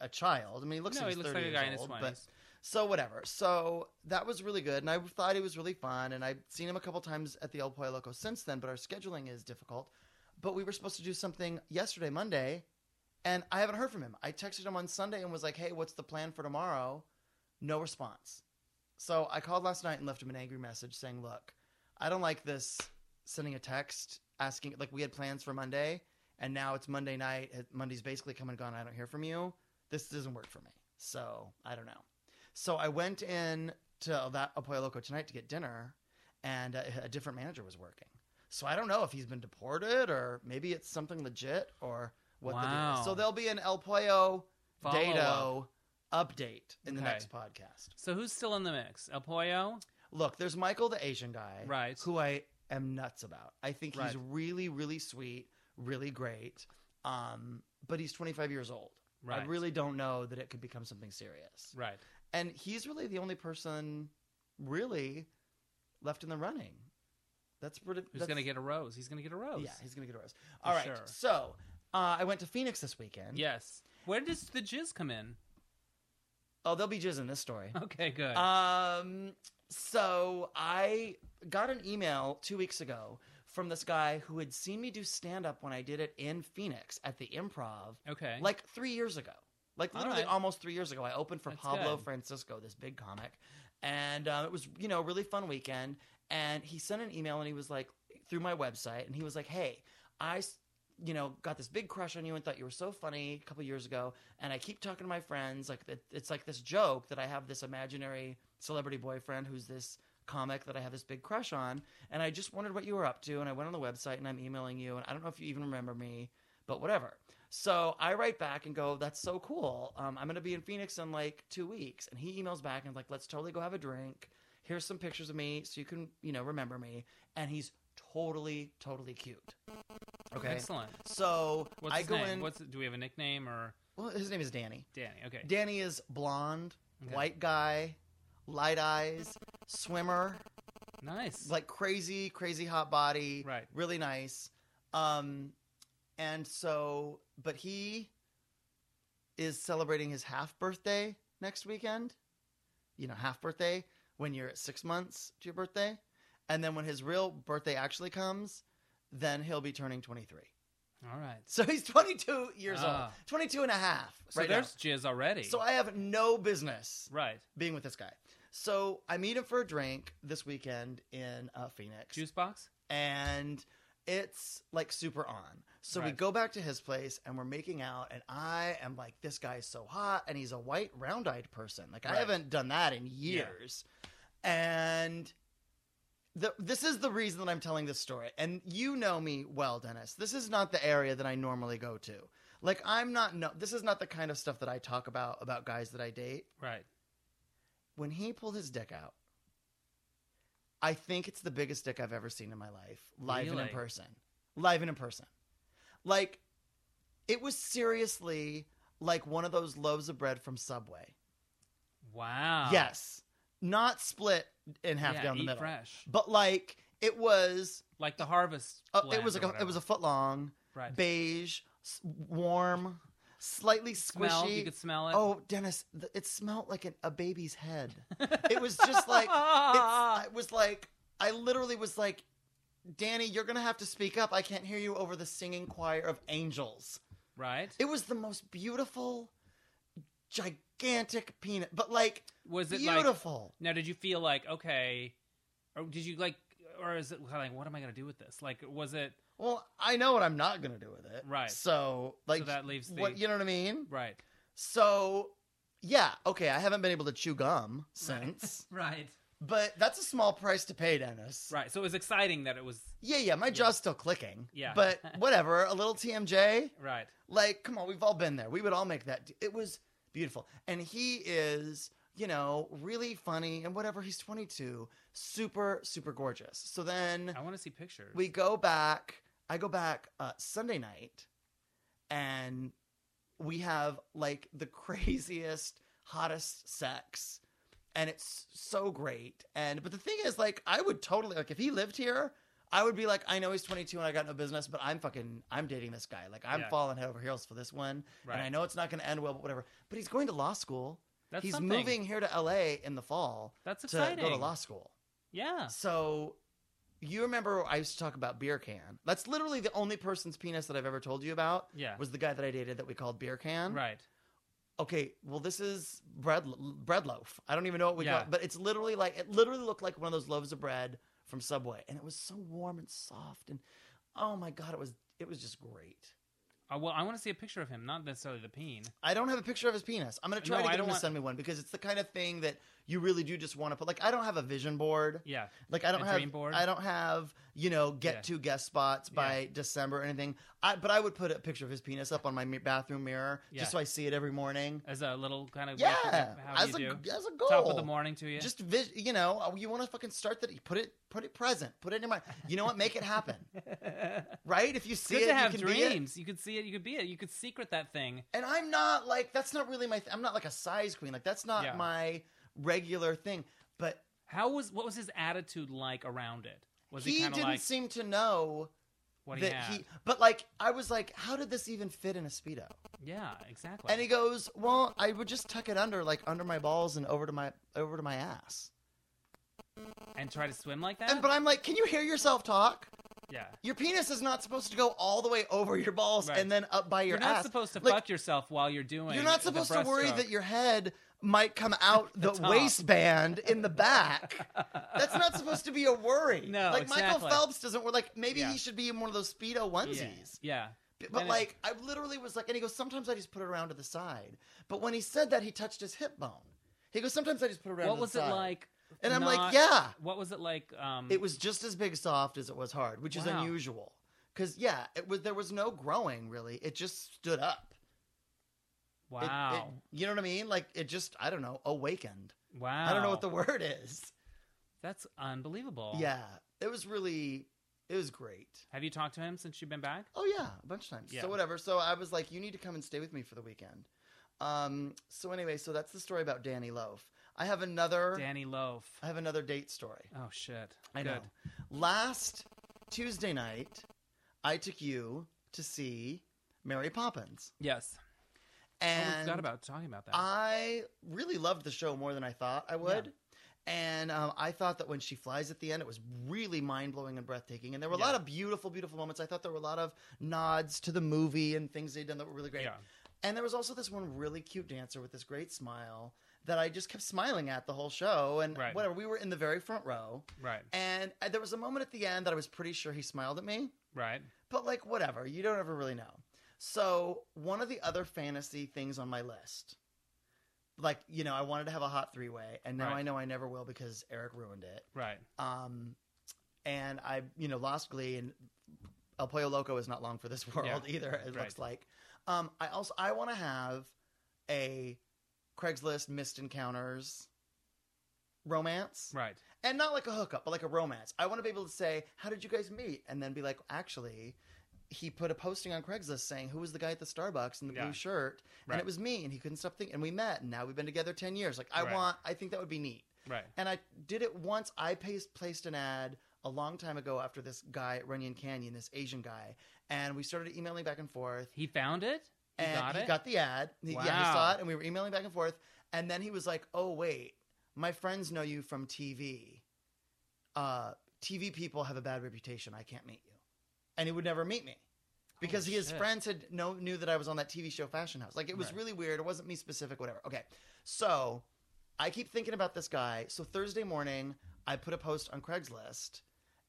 [SPEAKER 2] a child. I mean, he looks
[SPEAKER 1] no,
[SPEAKER 2] like
[SPEAKER 1] he
[SPEAKER 2] he's
[SPEAKER 1] looks
[SPEAKER 2] 30
[SPEAKER 1] like a
[SPEAKER 2] years
[SPEAKER 1] guy in his
[SPEAKER 2] old, but-
[SPEAKER 1] twenties.
[SPEAKER 2] so whatever. So that was really good, and I thought he was really fun. And I've seen him a couple times at the El Pollo Loco since then, but our scheduling is difficult. But we were supposed to do something yesterday, Monday, and I haven't heard from him. I texted him on Sunday and was like, "Hey, what's the plan for tomorrow?" No response. So I called last night and left him an angry message saying, "Look, I don't like this sending a text asking like we had plans for Monday, and now it's Monday night. Monday's basically come and gone. I don't hear from you. This doesn't work for me. So I don't know." So I went in to that Apoyo Loco tonight to get dinner, and uh, a, a different manager was working. So I don't know if he's been deported or maybe it's something legit or what the deal
[SPEAKER 1] Wow.
[SPEAKER 2] is. So there'll be an El Pollo
[SPEAKER 1] Follow up.
[SPEAKER 2] Dado update in the
[SPEAKER 1] Okay.
[SPEAKER 2] next podcast.
[SPEAKER 1] So who's still in the mix? El Pollo.
[SPEAKER 2] Look, there's Michael, the Asian guy,
[SPEAKER 1] Right.
[SPEAKER 2] Who I am nuts about. I think he's
[SPEAKER 1] Right.
[SPEAKER 2] really, really sweet, really great. Um, but he's 25 years old. I
[SPEAKER 1] Right.
[SPEAKER 2] really don't know that it could become something serious.
[SPEAKER 1] Right.
[SPEAKER 2] And he's really the only person, really, left in the running. That's pretty.
[SPEAKER 1] Who's
[SPEAKER 2] that's-
[SPEAKER 1] gonna get a rose? He's gonna get a rose.
[SPEAKER 2] Yeah, he's gonna get a rose. All right.
[SPEAKER 1] sure.
[SPEAKER 2] So uh, I went to Phoenix this weekend.
[SPEAKER 1] Yes. Where does the jizz come in?
[SPEAKER 2] Oh, there'll be jizz in this story.
[SPEAKER 1] Okay, good.
[SPEAKER 2] Um, so I got an email two weeks ago from this guy who had seen me do stand up when I did it in Phoenix at the improv
[SPEAKER 1] okay.
[SPEAKER 2] like three years ago. Like
[SPEAKER 1] All
[SPEAKER 2] literally
[SPEAKER 1] right.
[SPEAKER 2] almost three years ago, I opened for
[SPEAKER 1] That's
[SPEAKER 2] Pablo
[SPEAKER 1] good.
[SPEAKER 2] Francisco, this big comic, and um, it was you know a really fun weekend. And he sent an email and he was like through my website, and he was like, "Hey, I s- you know got this big crush on you and thought you were so funny a couple years ago, and I keep talking to my friends like it, it's like this joke that I have this imaginary celebrity boyfriend who's this." comic that I have this big crush on and I just wondered what you were up to and I went on the website and I'm emailing you and I don't know if you even remember me but whatever so I write back and go, "That's so cool. Um, I'm gonna be in Phoenix in like two weeks." And he emails back and like, "Let's totally go have a drink. here's some pictures of me so you can, you know, remember me. And he's totally, totally cute. Okay.
[SPEAKER 1] Excellent.
[SPEAKER 2] So
[SPEAKER 1] What's
[SPEAKER 2] I
[SPEAKER 1] his
[SPEAKER 2] go
[SPEAKER 1] name?
[SPEAKER 2] in.
[SPEAKER 1] What's do we have a nickname or
[SPEAKER 2] well, his name is Danny.
[SPEAKER 1] Danny? Okay.
[SPEAKER 2] Danny is blonde,
[SPEAKER 1] Okay.
[SPEAKER 2] white guy, light eyes, swimmer,
[SPEAKER 1] nice.
[SPEAKER 2] like crazy, crazy hot body.
[SPEAKER 1] right.
[SPEAKER 2] Really nice. Um, and so, but he is celebrating his half birthday next weekend. You know, half birthday when you're at six months to your birthday. And then when his real birthday actually comes, then he'll be turning 23.
[SPEAKER 1] All right.
[SPEAKER 2] So he's 22 years
[SPEAKER 1] Ah.
[SPEAKER 2] old, 22 and a half.
[SPEAKER 1] So
[SPEAKER 2] right now.
[SPEAKER 1] there's jizz already.
[SPEAKER 2] So I have no business
[SPEAKER 1] right.
[SPEAKER 2] being with this guy. So I meet him for a drink this weekend in uh, Phoenix,
[SPEAKER 1] Juice box.
[SPEAKER 2] and it's like super on. So we
[SPEAKER 1] Right.
[SPEAKER 2] go back to his place and we're making out, and I am like, this guy's so hot, and he's a white, round-eyed person. Like I
[SPEAKER 1] Right.
[SPEAKER 2] haven't done that in years, and. The, this is the reason that I'm telling this story. And you know me well, Dennis. This is not the area that I normally go to. Like, I'm not, no, this is not the kind of stuff that I talk about, about guys that I date
[SPEAKER 1] Right.
[SPEAKER 2] when he pulled his dick out, I think it's the biggest dick I've ever seen in my life, live and in
[SPEAKER 1] Really?
[SPEAKER 2] person. Live and in person. Like, it was seriously like one of those loaves of bread from Subway.
[SPEAKER 1] Wow.
[SPEAKER 2] Yes. Not split in half
[SPEAKER 1] Oh. Yeah,
[SPEAKER 2] down the
[SPEAKER 1] eat
[SPEAKER 2] middle.
[SPEAKER 1] fresh.
[SPEAKER 2] But like, it was,
[SPEAKER 1] Like the harvest.
[SPEAKER 2] uh, it
[SPEAKER 1] blend
[SPEAKER 2] was
[SPEAKER 1] or
[SPEAKER 2] like a, it was
[SPEAKER 1] whatever.
[SPEAKER 2] a foot long,
[SPEAKER 1] right.
[SPEAKER 2] beige, s- warm, slightly squishy.
[SPEAKER 1] smell. You could smell it.
[SPEAKER 2] Oh, Dennis, th- it smelled like an, a baby's head. It was just like it's, it was like I literally was like, Danny, you're gonna have to speak up. I can't hear you over the singing choir of angels.
[SPEAKER 1] right.
[SPEAKER 2] It was the most beautiful, gigantic peanut, but like
[SPEAKER 1] was it like
[SPEAKER 2] beautiful.
[SPEAKER 1] Now, did you feel like okay, or did you like, or is it kinda like, what am I gonna do with this? Like, was it
[SPEAKER 2] well, I know what I'm not gonna do with it.
[SPEAKER 1] Right.
[SPEAKER 2] So like
[SPEAKER 1] so that leaves the
[SPEAKER 2] what you know what I mean?
[SPEAKER 1] right,
[SPEAKER 2] So yeah, okay. I haven't been able to chew gum since,
[SPEAKER 1] right,
[SPEAKER 2] but that's a small price to pay, Dennis.
[SPEAKER 1] right? So it was exciting that it was
[SPEAKER 2] Yeah, yeah, my jaw's still clicking.
[SPEAKER 1] Yeah.
[SPEAKER 2] But whatever, a little TMJ.
[SPEAKER 1] right,
[SPEAKER 2] Like, come on, we've all been there. We would all make that. d- It was beautiful. And he is, you know, really funny and whatever. He's 22, super, super gorgeous. So then
[SPEAKER 1] I want to see pictures.
[SPEAKER 2] we go back. I go back uh, Sunday night and we have like the craziest, hottest sex. And it's so great. And, but the thing is, like, I would totally, like, if he lived here, I would be like, I know he's 22 and I got no business, but I'm fucking, I'm dating this guy. Like, I'm
[SPEAKER 1] Yeah.
[SPEAKER 2] falling head over heels for this one.
[SPEAKER 1] right.
[SPEAKER 2] And I know it's not going to end well, but whatever. But he's going to law school.
[SPEAKER 1] That's
[SPEAKER 2] he's
[SPEAKER 1] something.
[SPEAKER 2] moving here to LA in the fall
[SPEAKER 1] That's
[SPEAKER 2] to
[SPEAKER 1] exciting.
[SPEAKER 2] go to law school.
[SPEAKER 1] Yeah,
[SPEAKER 2] So you remember I used to talk about beer can. That's literally the only person's penis that I've ever told you about
[SPEAKER 1] yeah,
[SPEAKER 2] was the guy that I dated that we called beer can.
[SPEAKER 1] right.
[SPEAKER 2] Okay, well this is bread bread loaf. I don't even know what we
[SPEAKER 1] Yeah.
[SPEAKER 2] call it, but it's literally like it literally looked like one of those loaves of bread from Subway and it was so warm and soft and oh my god, it was it was just great.
[SPEAKER 1] Uh, well, I want to see a picture of him, not necessarily the peen.
[SPEAKER 2] I don't have a picture of his penis. I'm going to try
[SPEAKER 1] No,
[SPEAKER 2] to
[SPEAKER 1] I
[SPEAKER 2] get him
[SPEAKER 1] don't
[SPEAKER 2] to
[SPEAKER 1] want-
[SPEAKER 2] send me one because it's the kind of thing that you really do just want to put like I don't have a vision board.
[SPEAKER 1] Yeah,
[SPEAKER 2] Like I don't
[SPEAKER 1] A
[SPEAKER 2] have
[SPEAKER 1] dream board?
[SPEAKER 2] I don't have you know get
[SPEAKER 1] Yeah.
[SPEAKER 2] two guest spots by December or anything. I but I would put a picture of his penis up on my mi- bathroom mirror
[SPEAKER 1] Yeah.
[SPEAKER 2] just so I see it every morning.
[SPEAKER 1] as a little kind of
[SPEAKER 2] Yeah,
[SPEAKER 1] how
[SPEAKER 2] as
[SPEAKER 1] do you
[SPEAKER 2] a
[SPEAKER 1] do
[SPEAKER 2] as a goal.
[SPEAKER 1] top of the morning to you.
[SPEAKER 2] Just vis- you know uh, you want to fucking start that. Put it put it present. Put it in your mind. You know what? Make it happen.
[SPEAKER 1] good
[SPEAKER 2] Right? If you see it,
[SPEAKER 1] to have
[SPEAKER 2] you can be it.
[SPEAKER 1] dreams. You could see it. You could be it. You could secret that thing.
[SPEAKER 2] And I'm not like that's not really my. Th- I'm not like a size queen. Like that's not
[SPEAKER 1] Yeah.
[SPEAKER 2] my regular thing. But
[SPEAKER 1] How was what was his attitude like around it? Was he,
[SPEAKER 2] he,
[SPEAKER 1] kind of
[SPEAKER 2] didn't
[SPEAKER 1] like
[SPEAKER 2] seem to know
[SPEAKER 1] what he
[SPEAKER 2] that
[SPEAKER 1] had?
[SPEAKER 2] he. But like I was like, how did this even fit in a speedo?
[SPEAKER 1] yeah, exactly.
[SPEAKER 2] And he goes, "Well, I would just tuck it under, like under my balls and over to my over to my ass."
[SPEAKER 1] and try to swim like that.
[SPEAKER 2] And but I'm like, "Can you hear yourself talk?
[SPEAKER 1] yeah,
[SPEAKER 2] Your penis is not supposed to go all the way over your balls
[SPEAKER 1] Right.
[SPEAKER 2] and then up by your
[SPEAKER 1] you're not
[SPEAKER 2] ass.
[SPEAKER 1] supposed to
[SPEAKER 2] Like,
[SPEAKER 1] fuck yourself while you're doing.
[SPEAKER 2] You're not
[SPEAKER 1] the
[SPEAKER 2] supposed to worry
[SPEAKER 1] breaststroke.
[SPEAKER 2] that your head might come out the,
[SPEAKER 1] top.
[SPEAKER 2] waistband in the back. That's not supposed to be a worry.
[SPEAKER 1] No,
[SPEAKER 2] like Michael
[SPEAKER 1] exactly.
[SPEAKER 2] Phelps doesn't work. Like maybe
[SPEAKER 1] Yeah.
[SPEAKER 2] he should be in one of those speedo onesies.
[SPEAKER 1] yeah. yeah.
[SPEAKER 2] B- But
[SPEAKER 1] And it-
[SPEAKER 2] like, I literally was like, and he goes, sometimes I just put it around to the side. But when he said that, he touched his hip bone. He goes, sometimes I just put it around.
[SPEAKER 1] What
[SPEAKER 2] to
[SPEAKER 1] was
[SPEAKER 2] the
[SPEAKER 1] it
[SPEAKER 2] side."
[SPEAKER 1] like?
[SPEAKER 2] And I'm like,
[SPEAKER 1] not-
[SPEAKER 2] yeah,
[SPEAKER 1] What was it like? Um,
[SPEAKER 2] it was just as big soft as it was hard, which is
[SPEAKER 1] Wow.
[SPEAKER 2] unusual. Because yeah, it was there was no growing really. It just stood up. It- it-
[SPEAKER 1] wow,
[SPEAKER 2] you know what I mean? Like it just, I don't know, awakened.
[SPEAKER 1] wow.
[SPEAKER 2] I don't know what the word is.
[SPEAKER 1] That's unbelievable.
[SPEAKER 2] Yeah, it was really, it was great.
[SPEAKER 1] Have you talked to him since you've been back?
[SPEAKER 2] Oh yeah, a bunch of times.
[SPEAKER 1] Yeah.
[SPEAKER 2] So whatever. So I was like, you need to come and stay with me for the weekend. Um. So anyway, so that's the story about Danny Loaf. I have another.
[SPEAKER 1] Danny Loaf.
[SPEAKER 2] I have another date story.
[SPEAKER 1] Oh shit.
[SPEAKER 2] I
[SPEAKER 1] Good.
[SPEAKER 2] know. Last Tuesday night, I took you to see Mary Poppins,
[SPEAKER 1] Yes.
[SPEAKER 2] and
[SPEAKER 1] oh, we forgot about talking about that.
[SPEAKER 2] I really loved the show more than I thought I would. And um, I thought that when she flies at the end, it was really mind blowing and breathtaking. And there were a lot
[SPEAKER 1] Yeah.
[SPEAKER 2] of beautiful, beautiful moments. I thought there were a lot of nods to the movie and things they'd done that were really great.
[SPEAKER 1] yeah.
[SPEAKER 2] And there was also this one really cute dancer with this great smile that I just kept smiling at the whole show. And
[SPEAKER 1] Right.
[SPEAKER 2] whatever, we were in the very front row.
[SPEAKER 1] Right.
[SPEAKER 2] And uh, there was a moment at the end that I was pretty sure he smiled at me
[SPEAKER 1] Right.
[SPEAKER 2] but like whatever you don't ever really know so one of the other fantasy things on my list like you know i wanted to have a hot three way and now
[SPEAKER 1] Right.
[SPEAKER 2] i know i never will because eric ruined it
[SPEAKER 1] Right.
[SPEAKER 2] um and i you know lost glee and el pollo loco is not long for this world
[SPEAKER 1] Yeah,
[SPEAKER 2] either it
[SPEAKER 1] right.
[SPEAKER 2] looks like um i also i want to have a craigslist missed encounters romance
[SPEAKER 1] Right.
[SPEAKER 2] and not like a hookup, but like a romance. I want to be able to say, "How did you guys meet?" and then be like, "Actually, he put a posting on Craigslist saying who was the guy at the Starbucks in the
[SPEAKER 1] Yeah.
[SPEAKER 2] blue shirt, and
[SPEAKER 1] Right.
[SPEAKER 2] it was me, and he couldn't stop thinking, and we met, and now we've been together ten years." Like, I
[SPEAKER 1] Right.
[SPEAKER 2] want, I think that would be neat.
[SPEAKER 1] Right.
[SPEAKER 2] And I did it once. I placed, placed an ad a long time ago after this guy at Runyon Canyon, this Asian guy, and we started emailing back and forth.
[SPEAKER 1] He found it. He
[SPEAKER 2] and
[SPEAKER 1] got
[SPEAKER 2] he
[SPEAKER 1] it.
[SPEAKER 2] got the ad. He- Yeah, he saw
[SPEAKER 1] Wow.
[SPEAKER 2] it, and we were emailing back and forth. And then he was like, "Oh wait, my friends know you from TV. Uh, TV people have a bad reputation. I can't meet you." And he would never meet me because
[SPEAKER 1] Holy
[SPEAKER 2] his
[SPEAKER 1] Oh, shit.
[SPEAKER 2] friends had no knew that I was on that TV show Fashion House. Like it was
[SPEAKER 1] Right.
[SPEAKER 2] really weird. It wasn't me specific. Whatever. Okay, so I keep thinking about this guy. So Thursday morning, I put a post on Craigslist,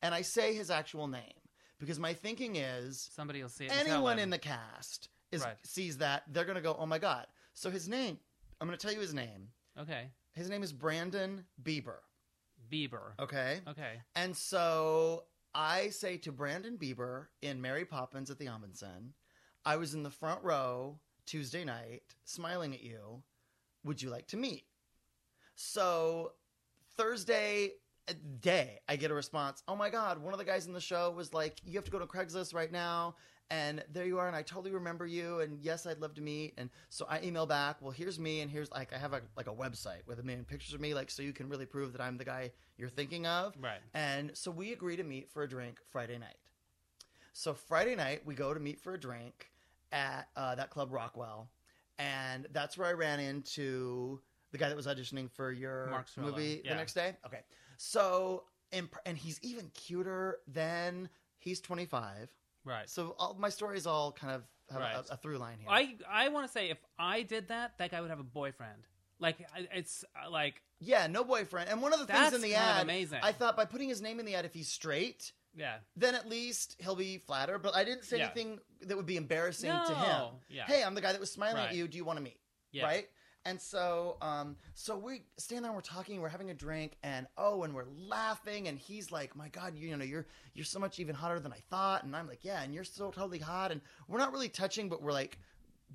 [SPEAKER 2] and I say his actual name because my thinking is
[SPEAKER 1] Somebody will see it. and tell
[SPEAKER 2] anyone
[SPEAKER 1] him.
[SPEAKER 2] in the cast is
[SPEAKER 1] Right.
[SPEAKER 2] sees that they're gonna go oh my god so his name i'm gonna tell you his name
[SPEAKER 1] Okay.
[SPEAKER 2] his name is brandon bieber
[SPEAKER 1] Bieber.
[SPEAKER 2] okay
[SPEAKER 1] Okay.
[SPEAKER 2] and so i say to brandon bieber in mary poppins at the amundsen i was in the front row tuesday night smiling at you would you like to meet so thursday uh, day i get a response oh my god one of the guys in the show was like you have to go to craigslist right now and there you are and i totally remember you and yes i'd love to meet and so i email back well here's me and here's like i have a, like a website with a million pictures of me like so you can really prove that i'm the guy you're thinking of
[SPEAKER 1] Right.
[SPEAKER 2] and so we agree to meet for a drink friday night so friday night we go to meet for a drink at uh, that club rockwell and that's where i ran into the guy that was auditioning for your
[SPEAKER 1] Mark Swallow,
[SPEAKER 2] movie
[SPEAKER 1] yeah.
[SPEAKER 2] the next day okay so and, and he's even cuter than he's 25
[SPEAKER 1] Right.
[SPEAKER 2] so all, my stories all kind of have
[SPEAKER 1] Right.
[SPEAKER 2] a, a through line here.
[SPEAKER 1] I I want to say if I did that, that guy would have a boyfriend. Like I- it's uh, like
[SPEAKER 2] yeah, no boyfriend. And one of the things
[SPEAKER 1] that's
[SPEAKER 2] in the
[SPEAKER 1] kind of
[SPEAKER 2] ad,
[SPEAKER 1] amazing.
[SPEAKER 2] I thought by putting his name in the ad, if he's straight,
[SPEAKER 1] yeah.
[SPEAKER 2] then at least he'll be flatter. But I didn't say
[SPEAKER 1] Yeah.
[SPEAKER 2] anything that would be embarrassing to him.
[SPEAKER 1] No. Yeah.
[SPEAKER 2] Hey, I'm the guy that was smiling
[SPEAKER 1] Right.
[SPEAKER 2] at you. Do you want to meet?
[SPEAKER 1] yeah.
[SPEAKER 2] right? And so, um, so we stand there and we're talking, we're having a drink, and oh, and we're laughing, and he's like, "My God, you, you know, you're you're so much even hotter than I thought," and I'm like, "Yeah," and you're so totally hot, and we're not really touching, but we're like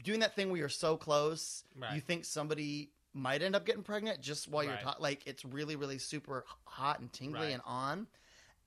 [SPEAKER 2] doing that thing where you're so close,
[SPEAKER 1] Right.
[SPEAKER 2] you think somebody might end up getting pregnant just while you're
[SPEAKER 1] Right.
[SPEAKER 2] talking, like it's really, really super h- hot and tingly
[SPEAKER 1] Right.
[SPEAKER 2] and on.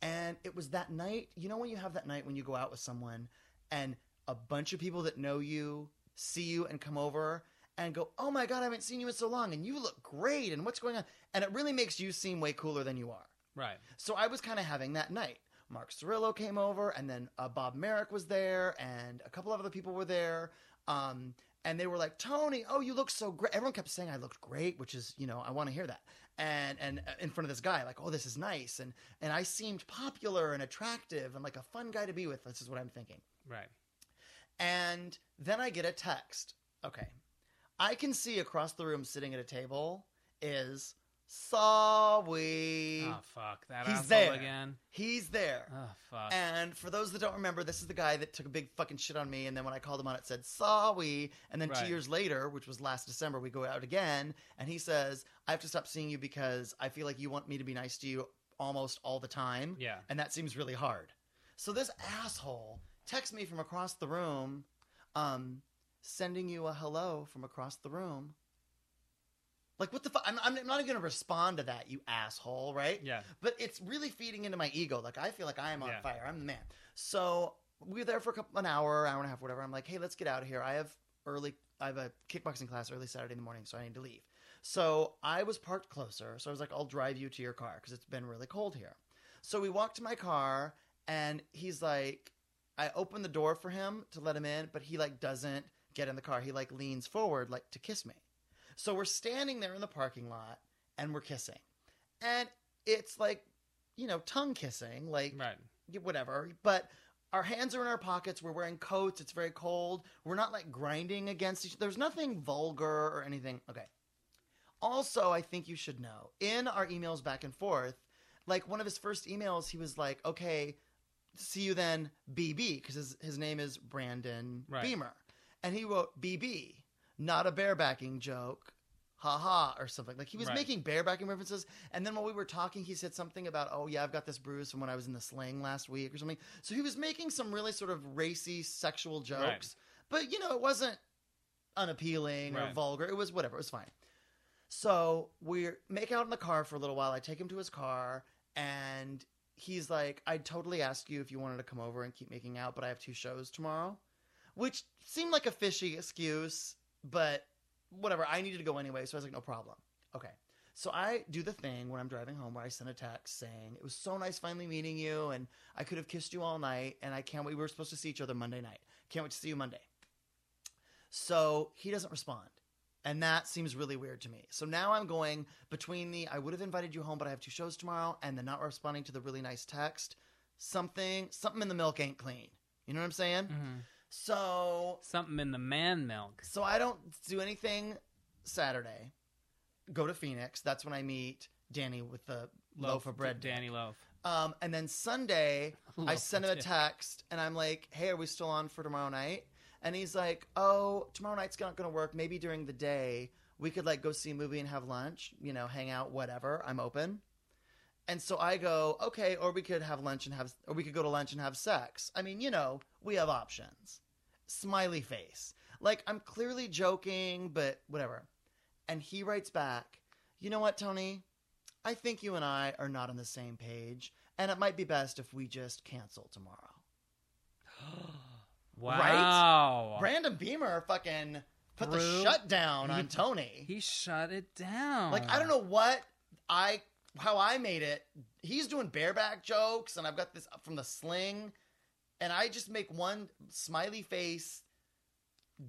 [SPEAKER 2] And it was that night, you know, when you have that night when you go out with someone and a bunch of people that know you see you and come over and go, Oh my God, I haven't seen you in so long. And you look great. And what's going on? And it really makes you seem way cooler than you are.
[SPEAKER 1] Right.
[SPEAKER 2] So I was kind of having that night. Mark Cirillo came over, and then uh, Bob Merrick was there, and a couple of other people were there. Um, and they were like, Tony, oh, you look so great. Everyone kept saying I looked great, which is, you know, I want to hear that. And and uh, in front of this guy, like, oh, this is nice, and and I seemed popular and attractive and like a fun guy to be with. This is what I'm thinking.
[SPEAKER 1] Right.
[SPEAKER 2] And then I get a text. Okay, I can see across the room, sitting at a table, is Sawi.
[SPEAKER 1] Oh fuck that
[SPEAKER 2] He's
[SPEAKER 1] asshole
[SPEAKER 2] there.
[SPEAKER 1] again.
[SPEAKER 2] He's there.
[SPEAKER 1] Oh fuck.
[SPEAKER 2] And for those that don't remember, this is the guy that took a big fucking shit on me. And then when I called him on it, said, Sorry. And then two
[SPEAKER 1] Right.
[SPEAKER 2] years later, which was last December, we go out again. And he says, I have to stop seeing you because I feel like you want me to be nice to you almost all the time.
[SPEAKER 1] yeah.
[SPEAKER 2] And that seems really hard. So this asshole texts me from across the room, um, sending you a hello from across the room. Like, what the fuck? I'm, I'm not even going to respond to that, you asshole, right?
[SPEAKER 1] Yeah.
[SPEAKER 2] But it's really feeding into my ego. Like, I feel like I am on
[SPEAKER 1] Yeah.
[SPEAKER 2] fire. I'm the man. So we were there for a couple, an hour, hour and a half, whatever. I'm like, hey, let's get out of here. I have early, I have a kickboxing class early Saturday in the morning, so I need to leave. So I was parked closer. So I was like, I'll drive you to your car because it's been really cold here. So we walked to my car, and he's like, I open the door for him to let him in, but he like doesn't get in the car. He like leans forward like to kiss me. So we're standing there in the parking lot and we're kissing. And it's like, you know, tongue kissing, like
[SPEAKER 1] Right.
[SPEAKER 2] y- whatever. But our hands are in our pockets. We're wearing coats. It's very cold. We're not like grinding against each. There's nothing vulgar or anything. Okay. Also, I think you should know in our emails back and forth, like one of his first emails, he was like, "Okay, see you then, BB," because his his name is Brandon
[SPEAKER 1] Right.
[SPEAKER 2] Beamer, and he wrote BB, not a barebacking joke. Ha ha, or something like he was
[SPEAKER 1] Right.
[SPEAKER 2] making barebacking references, and then while we were talking, he said something about, "Oh yeah, I've got this bruise from when I was in the sling last week" or something. So he was making some really sort of racy, sexual jokes,
[SPEAKER 1] Right.
[SPEAKER 2] but you know, it wasn't unappealing or
[SPEAKER 1] Right.
[SPEAKER 2] vulgar. It was whatever. It was fine. So we make out in the car for a little while. I take him to his car, and he's like, "I'd totally ask you if you wanted to come over and keep making out, but I have two shows tomorrow," which seemed like a fishy excuse, but whatever. I needed to go anyway, so I was like, "No problem." Okay. So I do the thing when I'm driving home where I send a text saying, It was so nice finally meeting you, and I could have kissed you all night, and I can't wait. We were supposed to see each other Monday night. Can't wait to see you Monday. So he doesn't respond. And that seems really weird to me. So now I'm going between the I would have invited you home, but I have two shows tomorrow, and the not responding to the really nice text. Something, something in the milk ain't clean. You know what I'm saying?
[SPEAKER 1] hmm
[SPEAKER 2] So
[SPEAKER 1] Something in the man milk.
[SPEAKER 2] so I don't do anything Saturday. Go to Phoenix. That's when I meet Danny with the loaf, of bread.
[SPEAKER 1] Danny Loaf.
[SPEAKER 2] Um, and then Sunday, I
[SPEAKER 1] Loaf
[SPEAKER 2] send
[SPEAKER 1] of
[SPEAKER 2] him a
[SPEAKER 1] bread.
[SPEAKER 2] text and I'm like, hey, are we still on for tomorrow night? And he's like, oh, tomorrow night's not going to work. Maybe during the day, we could like go see a movie and have lunch, you know, hang out, whatever. I'm open. And so I go, okay, or we could have lunch and have, or we could go to lunch and have sex. I mean, you know, we have options. Smiley face. Like, I'm clearly joking, but whatever. And he writes back, you know what, Tony? I think you and I are not on the same page, and it might be best if we just cancel tomorrow.
[SPEAKER 1] wow.
[SPEAKER 2] Brandon Beamer fucking put the
[SPEAKER 1] Brew.
[SPEAKER 2] shutdown on
[SPEAKER 1] He-
[SPEAKER 2] Tony.
[SPEAKER 1] He shut it down.
[SPEAKER 2] Like I don't know what I how I made it. He's doing bareback jokes, and I've got this from the sling, and I just make one smiley face.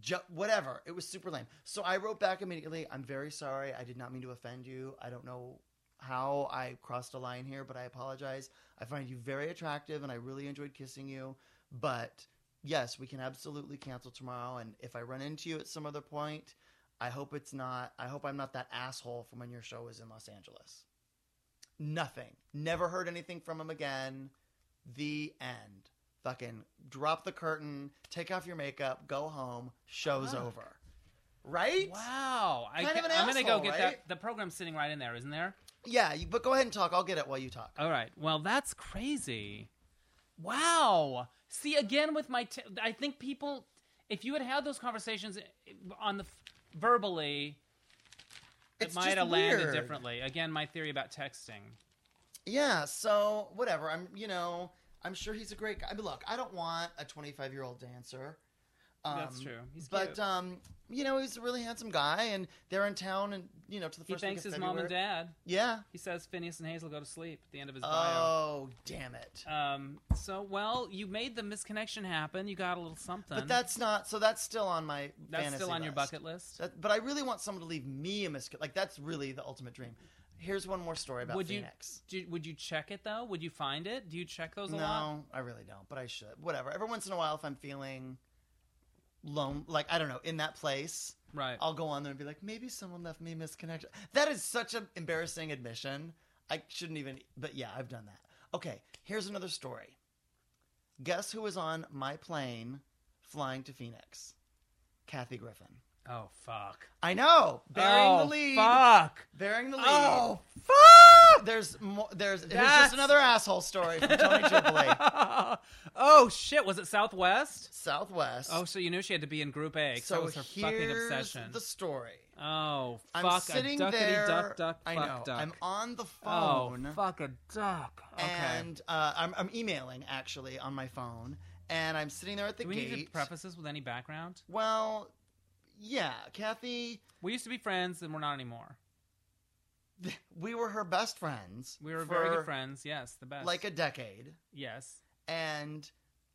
[SPEAKER 2] Ju- whatever. It was super lame. So I wrote back immediately. I'm very sorry. I did not mean to offend you. I don't know how I crossed a line here, but I apologize. I find you very attractive, and I really enjoyed kissing you. But yes, we can absolutely cancel tomorrow. And if I run into you at some other point, I hope it's not. I hope I'm not that asshole from when your show was in Los Angeles. Nothing. Never heard anything from him again. The end. Fucking drop the curtain, take off your makeup, go home. Show's
[SPEAKER 1] Fuck.
[SPEAKER 2] over. Right?
[SPEAKER 1] Wow. I
[SPEAKER 2] Kind of
[SPEAKER 1] ca-
[SPEAKER 2] an
[SPEAKER 1] I'm gonna
[SPEAKER 2] asshole,
[SPEAKER 1] go get
[SPEAKER 2] right?
[SPEAKER 1] that. The program's sitting right in there, isn't there?
[SPEAKER 2] Yeah, you, but go ahead and talk. I'll get it while you talk.
[SPEAKER 1] All right. Well, that's crazy. Wow. See again with my. T- I think people, if you had had those conversations eh, on the f- verbally, it
[SPEAKER 2] It's
[SPEAKER 1] might
[SPEAKER 2] just
[SPEAKER 1] have landed
[SPEAKER 2] weird.
[SPEAKER 1] differently. Again, my theory about texting.
[SPEAKER 2] Yeah, so whatever. I'm, you know, I'm sure he's a great guy. I mean, look, I don't want a 25 year old dancer.
[SPEAKER 1] That's
[SPEAKER 2] Um,
[SPEAKER 1] true. He's
[SPEAKER 2] but
[SPEAKER 1] cute.
[SPEAKER 2] um, you know, he's a really handsome guy, and they're in town, and you know, to the
[SPEAKER 1] he
[SPEAKER 2] first. week
[SPEAKER 1] thanks
[SPEAKER 2] of
[SPEAKER 1] his mom and
[SPEAKER 2] February.
[SPEAKER 1] dad.
[SPEAKER 2] Yeah.
[SPEAKER 1] He says Phineas and Hazel go to sleep at the end of his bio.
[SPEAKER 2] Oh, damn it!
[SPEAKER 1] Um, so well, you made the misconnection happen. You got a little something.
[SPEAKER 2] But that's not. So that's still on my.
[SPEAKER 1] that's
[SPEAKER 2] fantasy
[SPEAKER 1] still on your
[SPEAKER 2] list.
[SPEAKER 1] bucket list.
[SPEAKER 2] That- but I really want someone to leave me a miscut. Like that's really the ultimate dream. Here's one more story about
[SPEAKER 1] Would you-
[SPEAKER 2] Phoenix.
[SPEAKER 1] Do, would you check it though? Would you find it? Do you check those a lot?
[SPEAKER 2] no, I really don't. But I should. Whatever. Every once in a while, if I'm feeling lone, like I don't know, in that place,
[SPEAKER 1] Right.
[SPEAKER 2] I'll go on there and be like, maybe someone left me misconnection. That is such an embarrassing admission. I shouldn't even, but yeah, I've done that. Okay, here's another story. Guess who was on my plane flying to Phoenix? Kathy Griffin.
[SPEAKER 1] Oh fuck.
[SPEAKER 2] I know, bearing
[SPEAKER 1] oh,
[SPEAKER 2] the lead,
[SPEAKER 1] Fuck.
[SPEAKER 2] bearing the lead.
[SPEAKER 1] Oh fuck.
[SPEAKER 2] there's more, there's here's
[SPEAKER 1] That's-
[SPEAKER 2] just another asshole story from Tony Tripoli.
[SPEAKER 1] oh shit! Was it Southwest?
[SPEAKER 2] Southwest.
[SPEAKER 1] Oh, so you knew she had to be in Group A. 'cause that was her fucking
[SPEAKER 2] here's
[SPEAKER 1] obsession.
[SPEAKER 2] The story.
[SPEAKER 1] Oh fuck!
[SPEAKER 2] I'm sitting
[SPEAKER 1] a duckity
[SPEAKER 2] there.
[SPEAKER 1] duck duck.
[SPEAKER 2] I
[SPEAKER 1] fuck,
[SPEAKER 2] know.
[SPEAKER 1] Duck.
[SPEAKER 2] I'm on the
[SPEAKER 1] oh
[SPEAKER 2] phone.
[SPEAKER 1] fuck a duck. Okay.
[SPEAKER 2] And uh, I'm, I'm emailing actually on my phone, and I'm sitting there at the
[SPEAKER 1] Do we
[SPEAKER 2] gate.
[SPEAKER 1] need to preface this with any background?
[SPEAKER 2] Well, yeah, Kathy,
[SPEAKER 1] We used to be friends, and we're not anymore.
[SPEAKER 2] we were her best friends.
[SPEAKER 1] We were
[SPEAKER 2] for
[SPEAKER 1] very good friends. Yes, the best.
[SPEAKER 2] Like a decade,
[SPEAKER 1] yes.
[SPEAKER 2] and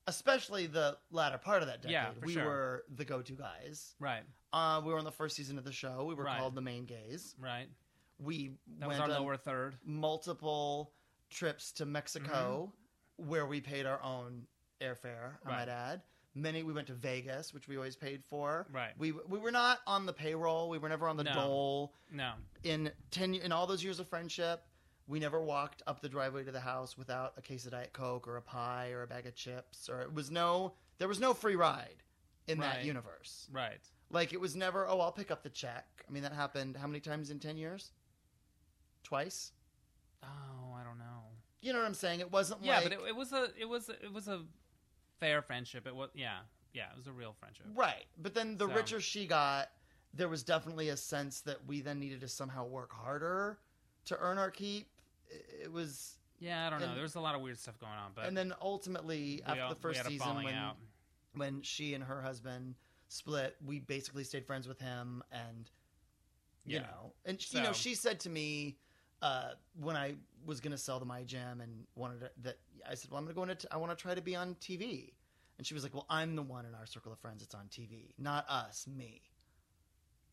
[SPEAKER 2] especially the latter part of that decade,
[SPEAKER 1] Yeah, for
[SPEAKER 2] we
[SPEAKER 1] sure.
[SPEAKER 2] were the go-to guys.
[SPEAKER 1] Right.
[SPEAKER 2] Uh, we were on the first season of the show. We were
[SPEAKER 1] Right.
[SPEAKER 2] called the main gays.
[SPEAKER 1] Right.
[SPEAKER 2] We
[SPEAKER 1] That was
[SPEAKER 2] went
[SPEAKER 1] our
[SPEAKER 2] on
[SPEAKER 1] lower third.
[SPEAKER 2] multiple trips to Mexico, where we paid our own airfare. I
[SPEAKER 1] Mm-hmm. Right.
[SPEAKER 2] might add. Many we went to Vegas, which we always paid for.
[SPEAKER 1] Right.
[SPEAKER 2] We we were not on the payroll. We were never on the
[SPEAKER 1] No.
[SPEAKER 2] dole.
[SPEAKER 1] No.
[SPEAKER 2] in ten in all those years of friendship, we never walked up the driveway to the house without a case of Diet Coke or a pie or a bag of chips or it was no there was no free ride in
[SPEAKER 1] Right.
[SPEAKER 2] that universe.
[SPEAKER 1] Right.
[SPEAKER 2] Like it was never, oh, I'll pick up the check. I mean that happened how many times in ten years? Twice?
[SPEAKER 1] Oh, I don't know.
[SPEAKER 2] You know what I'm saying? It wasn't
[SPEAKER 1] yeah,
[SPEAKER 2] like
[SPEAKER 1] but it, it was a it was it was a fair friendship. It was yeah yeah it was a real friendship.
[SPEAKER 2] Right. But then the
[SPEAKER 1] So-
[SPEAKER 2] richer she got, there was definitely a sense that we then needed to somehow work harder to earn our keep. It- It was
[SPEAKER 1] Yeah, I don't know.
[SPEAKER 2] And-
[SPEAKER 1] There was a lot of weird stuff going on, but
[SPEAKER 2] and then ultimately
[SPEAKER 1] we
[SPEAKER 2] after
[SPEAKER 1] all-
[SPEAKER 2] the
[SPEAKER 1] we
[SPEAKER 2] first
[SPEAKER 1] had a
[SPEAKER 2] season
[SPEAKER 1] falling
[SPEAKER 2] when
[SPEAKER 1] out.
[SPEAKER 2] when she and her husband split, we basically stayed friends with him, and you
[SPEAKER 1] Yeah.
[SPEAKER 2] know, and you know,
[SPEAKER 1] So-
[SPEAKER 2] she said to me uh, when I was going to sell the my gym and wanted to, that I said, "Well, I'm going to go into t- I want to try to be on TV," and she was like, "Well, I'm the one in our circle of friends that's on TV, not us, me."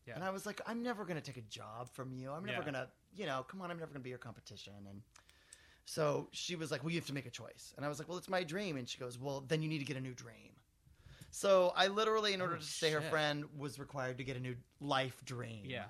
[SPEAKER 1] Yeah.
[SPEAKER 2] And I was like, "I'm never going to take a job from you. I'm never
[SPEAKER 1] Yeah.
[SPEAKER 2] going to, you know, come on, I'm never going to be your competition." And so she was like, "Well, you have to make a choice." And I was like, "Well, it's my dream." And she goes, "Well, then you need to get a new dream." So I literally, in order
[SPEAKER 1] Oh,
[SPEAKER 2] to stay her
[SPEAKER 1] shit.
[SPEAKER 2] friend, was required to get a new life dream.
[SPEAKER 1] yeah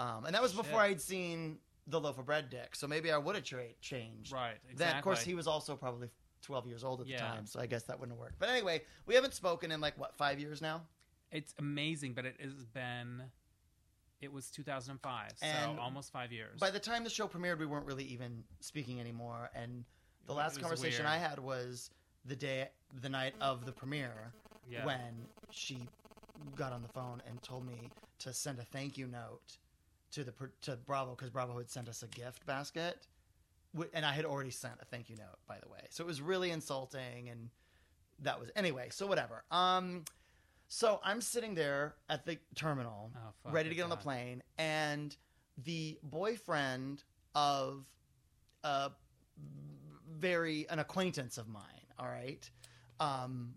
[SPEAKER 2] Um, and that was before
[SPEAKER 1] Shit.
[SPEAKER 2] I'd seen the loaf of bread dick, so maybe I would have tra- changed.
[SPEAKER 1] right exactly.
[SPEAKER 2] Then, of course, he was also probably 12 years old at the
[SPEAKER 1] Yeah.
[SPEAKER 2] time, so I guess that wouldn't have worked. But anyway, we haven't spoken in like what five years now,
[SPEAKER 1] it's amazing, but it has been it was 2005,
[SPEAKER 2] And
[SPEAKER 1] so almost five years.
[SPEAKER 2] By the time the show premiered, we weren't really even speaking anymore. And the
[SPEAKER 1] It
[SPEAKER 2] last
[SPEAKER 1] was
[SPEAKER 2] conversation
[SPEAKER 1] weird.
[SPEAKER 2] I had was the day, the night of the premiere,
[SPEAKER 1] yeah.
[SPEAKER 2] when she got on the phone and told me to send a thank you note to the pr- to Bravo because Bravo had sent us a gift basket, Wh- and I had already sent a thank you note by the way. So it was really insulting, and that was anyway. So whatever. Um, so I'm sitting there at the terminal,
[SPEAKER 1] oh, fuck, I
[SPEAKER 2] ready to get on the
[SPEAKER 1] forgot.
[SPEAKER 2] plane, and the boyfriend of a very an acquaintance of mine, all right, um,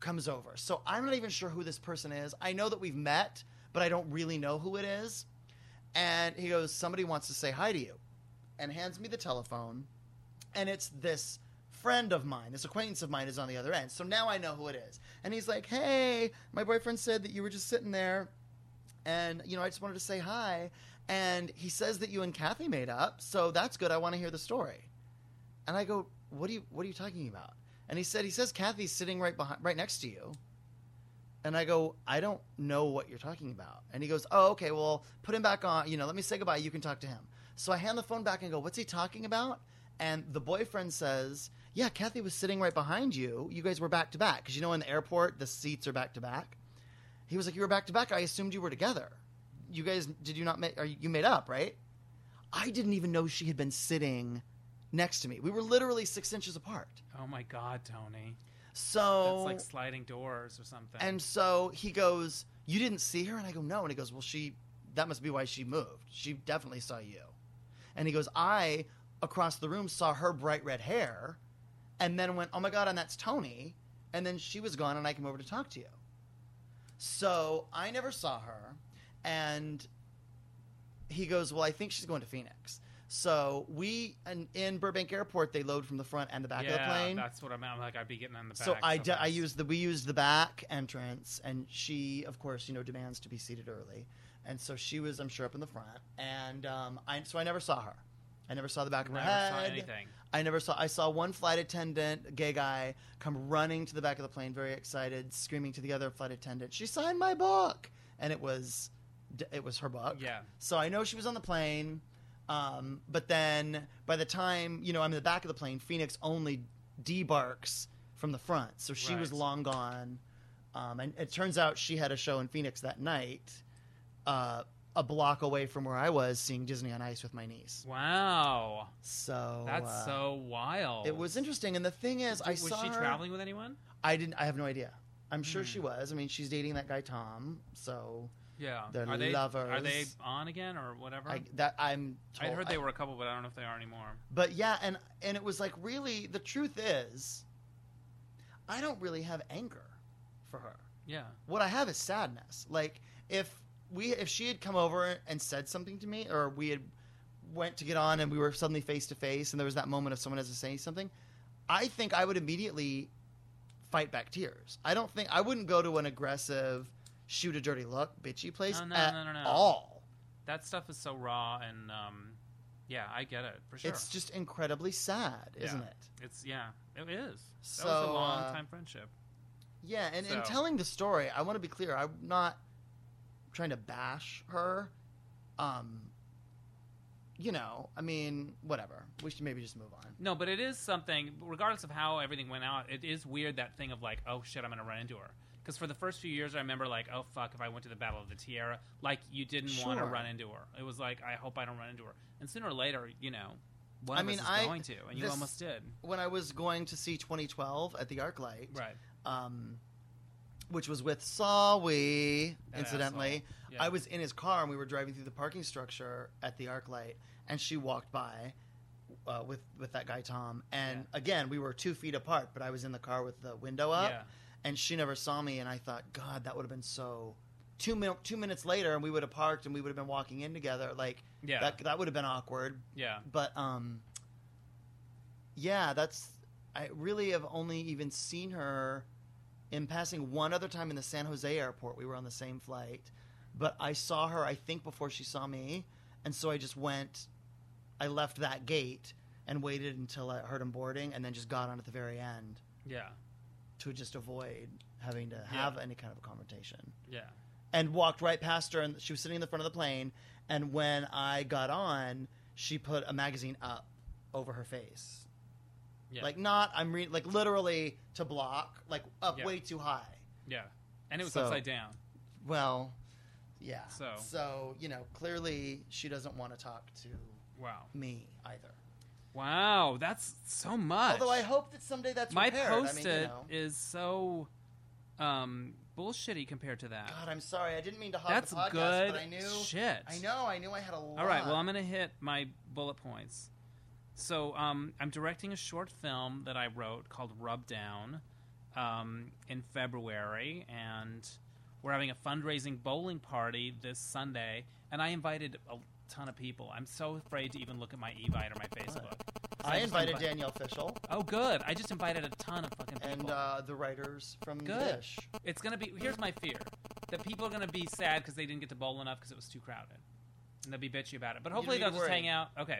[SPEAKER 2] comes over. So I'm not even sure who this person is. I know that we've met, but I don't really know who it is. And he goes, "Somebody wants to say hi to you," and hands me the telephone, and it's this friend of mine, this acquaintance of mine, is on the other end. So now I know who it is. And he's like, "Hey, my boyfriend said that you were just sitting there." and you know i just wanted to say hi and he says that you and kathy made up so that's good i want to hear the story and i go what are you what are you talking about and he said he says kathy's sitting right behind right next to you and i go i don't know what you're talking about and he goes oh okay well put him back on you know let me say goodbye you can talk to him so i hand the phone back and go what's he talking about and the boyfriend says yeah kathy was sitting right behind you you guys were back to back because you know in the airport the seats are back to back he was like, "You were back to back. I assumed you were together. You guys, did you not make? Are you, you made up, right?" I didn't even know she had been sitting next to me. We were literally six inches apart.
[SPEAKER 1] Oh my god, Tony,
[SPEAKER 2] So
[SPEAKER 1] that's like sliding doors or something.
[SPEAKER 2] and so he goes, "You didn't see her?" And I go, "No." And he goes, "Well, she that must be why she moved. She definitely saw you." And he goes, "I across the room saw her bright red hair and then went, "Oh my god, and that's Tony." And then she was gone and I came over to talk to you. So, I never saw her and he goes, "Well, I think she's going to Phoenix." So, we in, in Burbank Airport, they load from the front and the back
[SPEAKER 1] yeah,
[SPEAKER 2] of the plane.
[SPEAKER 1] that's what I'm. I'm like, I'd be getting on the back.
[SPEAKER 2] So I, d- I
[SPEAKER 1] sometimes.
[SPEAKER 2] used the we used the back entrance, and she, of course, you know, demands to be seated early, and so she was, I'm sure, up in the front, and um, I so I never saw her. I never saw the back of her
[SPEAKER 1] never
[SPEAKER 2] head.
[SPEAKER 1] saw anything.
[SPEAKER 2] I never saw. I saw one flight attendant, a gay guy, come running to the back of the plane, very excited, screaming to the other flight attendant, "She signed my book!" And it was, it was her book.
[SPEAKER 1] Yeah,
[SPEAKER 2] So I know she was on the plane. Um, but then by the time you know I'm in the back of the plane, Phoenix only debarks from the front, so she was
[SPEAKER 1] Right.
[SPEAKER 2] long gone. Um, and it turns out she had a show in Phoenix that night, uh, a block away from where I was seeing Disney on Ice with my niece.
[SPEAKER 1] Wow,
[SPEAKER 2] So
[SPEAKER 1] that's
[SPEAKER 2] uh,
[SPEAKER 1] so wild.
[SPEAKER 2] It was interesting, and the thing is, I
[SPEAKER 1] was
[SPEAKER 2] saw
[SPEAKER 1] she
[SPEAKER 2] her-
[SPEAKER 1] traveling with anyone?
[SPEAKER 2] I didn't. I have no idea. I'm sure she
[SPEAKER 1] Hmm.
[SPEAKER 2] was. I mean, she's dating that guy Tom, so
[SPEAKER 1] Yeah,
[SPEAKER 2] They're
[SPEAKER 1] are they Are
[SPEAKER 2] lovers.
[SPEAKER 1] they on again or whatever?
[SPEAKER 2] I, that I'm.
[SPEAKER 1] I
[SPEAKER 2] Told,
[SPEAKER 1] heard they
[SPEAKER 2] I-
[SPEAKER 1] were a couple, but I don't know if they are anymore.
[SPEAKER 2] But yeah, and and it was like really the truth is, I don't really have anger for her.
[SPEAKER 1] Yeah,
[SPEAKER 2] What I have is sadness. Like if we if she had come over and said something to me, or we had went to get on and we were suddenly face to face, and there was that moment of someone has to say something, I think I would immediately fight back tears. I don't think I wouldn't go to an aggressive, shoot a dirty look, bitchy place
[SPEAKER 1] No, no,
[SPEAKER 2] at
[SPEAKER 1] no, no, no.
[SPEAKER 2] all.
[SPEAKER 1] that stuff is so raw and um, yeah, I get it for sure.
[SPEAKER 2] It's just incredibly sad, isn't
[SPEAKER 1] Yeah.
[SPEAKER 2] it?
[SPEAKER 1] It's- yeah, it is. That
[SPEAKER 2] So
[SPEAKER 1] was a long
[SPEAKER 2] uh,
[SPEAKER 1] time friendship.
[SPEAKER 2] Yeah, and in
[SPEAKER 1] So-
[SPEAKER 2] telling the story, I want to be clear. I'm not trying to bash her. Um, you know, I mean, whatever. We should maybe just move on.
[SPEAKER 1] No, but it is something. Regardless of how everything went out, it is weird that thing of like, oh shit, I'm gonna run into her. Because for the first few years, I remember like, oh fuck, if I went to the Battle of the Tierra, like you didn't want to
[SPEAKER 2] Sure.
[SPEAKER 1] run into her. It was like, I hope I don't run into her. And sooner or later, you know, one
[SPEAKER 2] I
[SPEAKER 1] of
[SPEAKER 2] mean,
[SPEAKER 1] us is
[SPEAKER 2] I-
[SPEAKER 1] going to, and you
[SPEAKER 2] this-
[SPEAKER 1] almost did.
[SPEAKER 2] When I was going to see 2012 at the ArcLight,
[SPEAKER 1] Right.
[SPEAKER 2] um, which was with Sawi,
[SPEAKER 1] That
[SPEAKER 2] incidentally,
[SPEAKER 1] Yeah.
[SPEAKER 2] I was in his car and we were driving through the parking structure at the ArcLight, and she walked by uh, with with that guy Tom. And again, we were two feet apart, but I was in the car with the window up.
[SPEAKER 1] Yeah.
[SPEAKER 2] and she never saw me and i thought god that would have been so two, min- two minutes later and we would have parked and we would have been walking in together like
[SPEAKER 1] Yeah.
[SPEAKER 2] that, that would have been awkward
[SPEAKER 1] yeah.
[SPEAKER 2] but um yeah that's i really have only even seen her in passing one other time in the san jose airport we were on the same flight but i saw her i think before she saw me and so i just went i left that gate and waited until i heard him boarding and then just got on at the very end
[SPEAKER 1] Yeah.
[SPEAKER 2] to just avoid having to have any kind of a confrontation.
[SPEAKER 1] Yeah.
[SPEAKER 2] And walked right past her, and she was sitting in the front of the plane. And when I got on, she put a magazine up over her face,
[SPEAKER 1] Yeah.
[SPEAKER 2] like not I'm re- like literally to block, like up
[SPEAKER 1] Yeah.
[SPEAKER 2] way too high.
[SPEAKER 1] yeah. And it was
[SPEAKER 2] So-
[SPEAKER 1] upside down.
[SPEAKER 2] Well, yeah.
[SPEAKER 1] So-
[SPEAKER 2] so you know, clearly she doesn't want to talk to
[SPEAKER 1] Wow.
[SPEAKER 2] me either.
[SPEAKER 1] Wow. That's so much.
[SPEAKER 2] Although I hope that someday that's
[SPEAKER 1] my
[SPEAKER 2] repaired.
[SPEAKER 1] post
[SPEAKER 2] I
[SPEAKER 1] it
[SPEAKER 2] mean, you know.
[SPEAKER 1] is so um bullshitty compared to that.
[SPEAKER 2] God, I'm sorry. I didn't mean to hog
[SPEAKER 1] That's
[SPEAKER 2] the podcast,
[SPEAKER 1] good
[SPEAKER 2] but I knew.
[SPEAKER 1] shit.
[SPEAKER 2] I know. I knew I had a lot.
[SPEAKER 1] All right, well, I'm going to hit my bullet points. So, um, I'm directing a short film that I wrote called Rub Down um, in February, and we're having a fundraising bowling party this Sunday, and I invited a ton of people. I'm so afraid to even look at my Evite or my Facebook. So
[SPEAKER 2] I
[SPEAKER 1] just
[SPEAKER 2] invited
[SPEAKER 1] invi-
[SPEAKER 2] Danielle Fishel
[SPEAKER 1] Oh, good. I just invited a ton of fucking people.
[SPEAKER 2] and uh, the writers from
[SPEAKER 1] Good.
[SPEAKER 2] Dish.
[SPEAKER 1] It's gonna be. Here's my fear: that people are gonna be sad because they didn't get to bowl enough because it was too crowded, and they'll be bitchy about it. But
[SPEAKER 2] You
[SPEAKER 1] hopefully
[SPEAKER 2] don't
[SPEAKER 1] they'll
[SPEAKER 2] need to
[SPEAKER 1] just
[SPEAKER 2] worry.
[SPEAKER 1] hang out. Okay.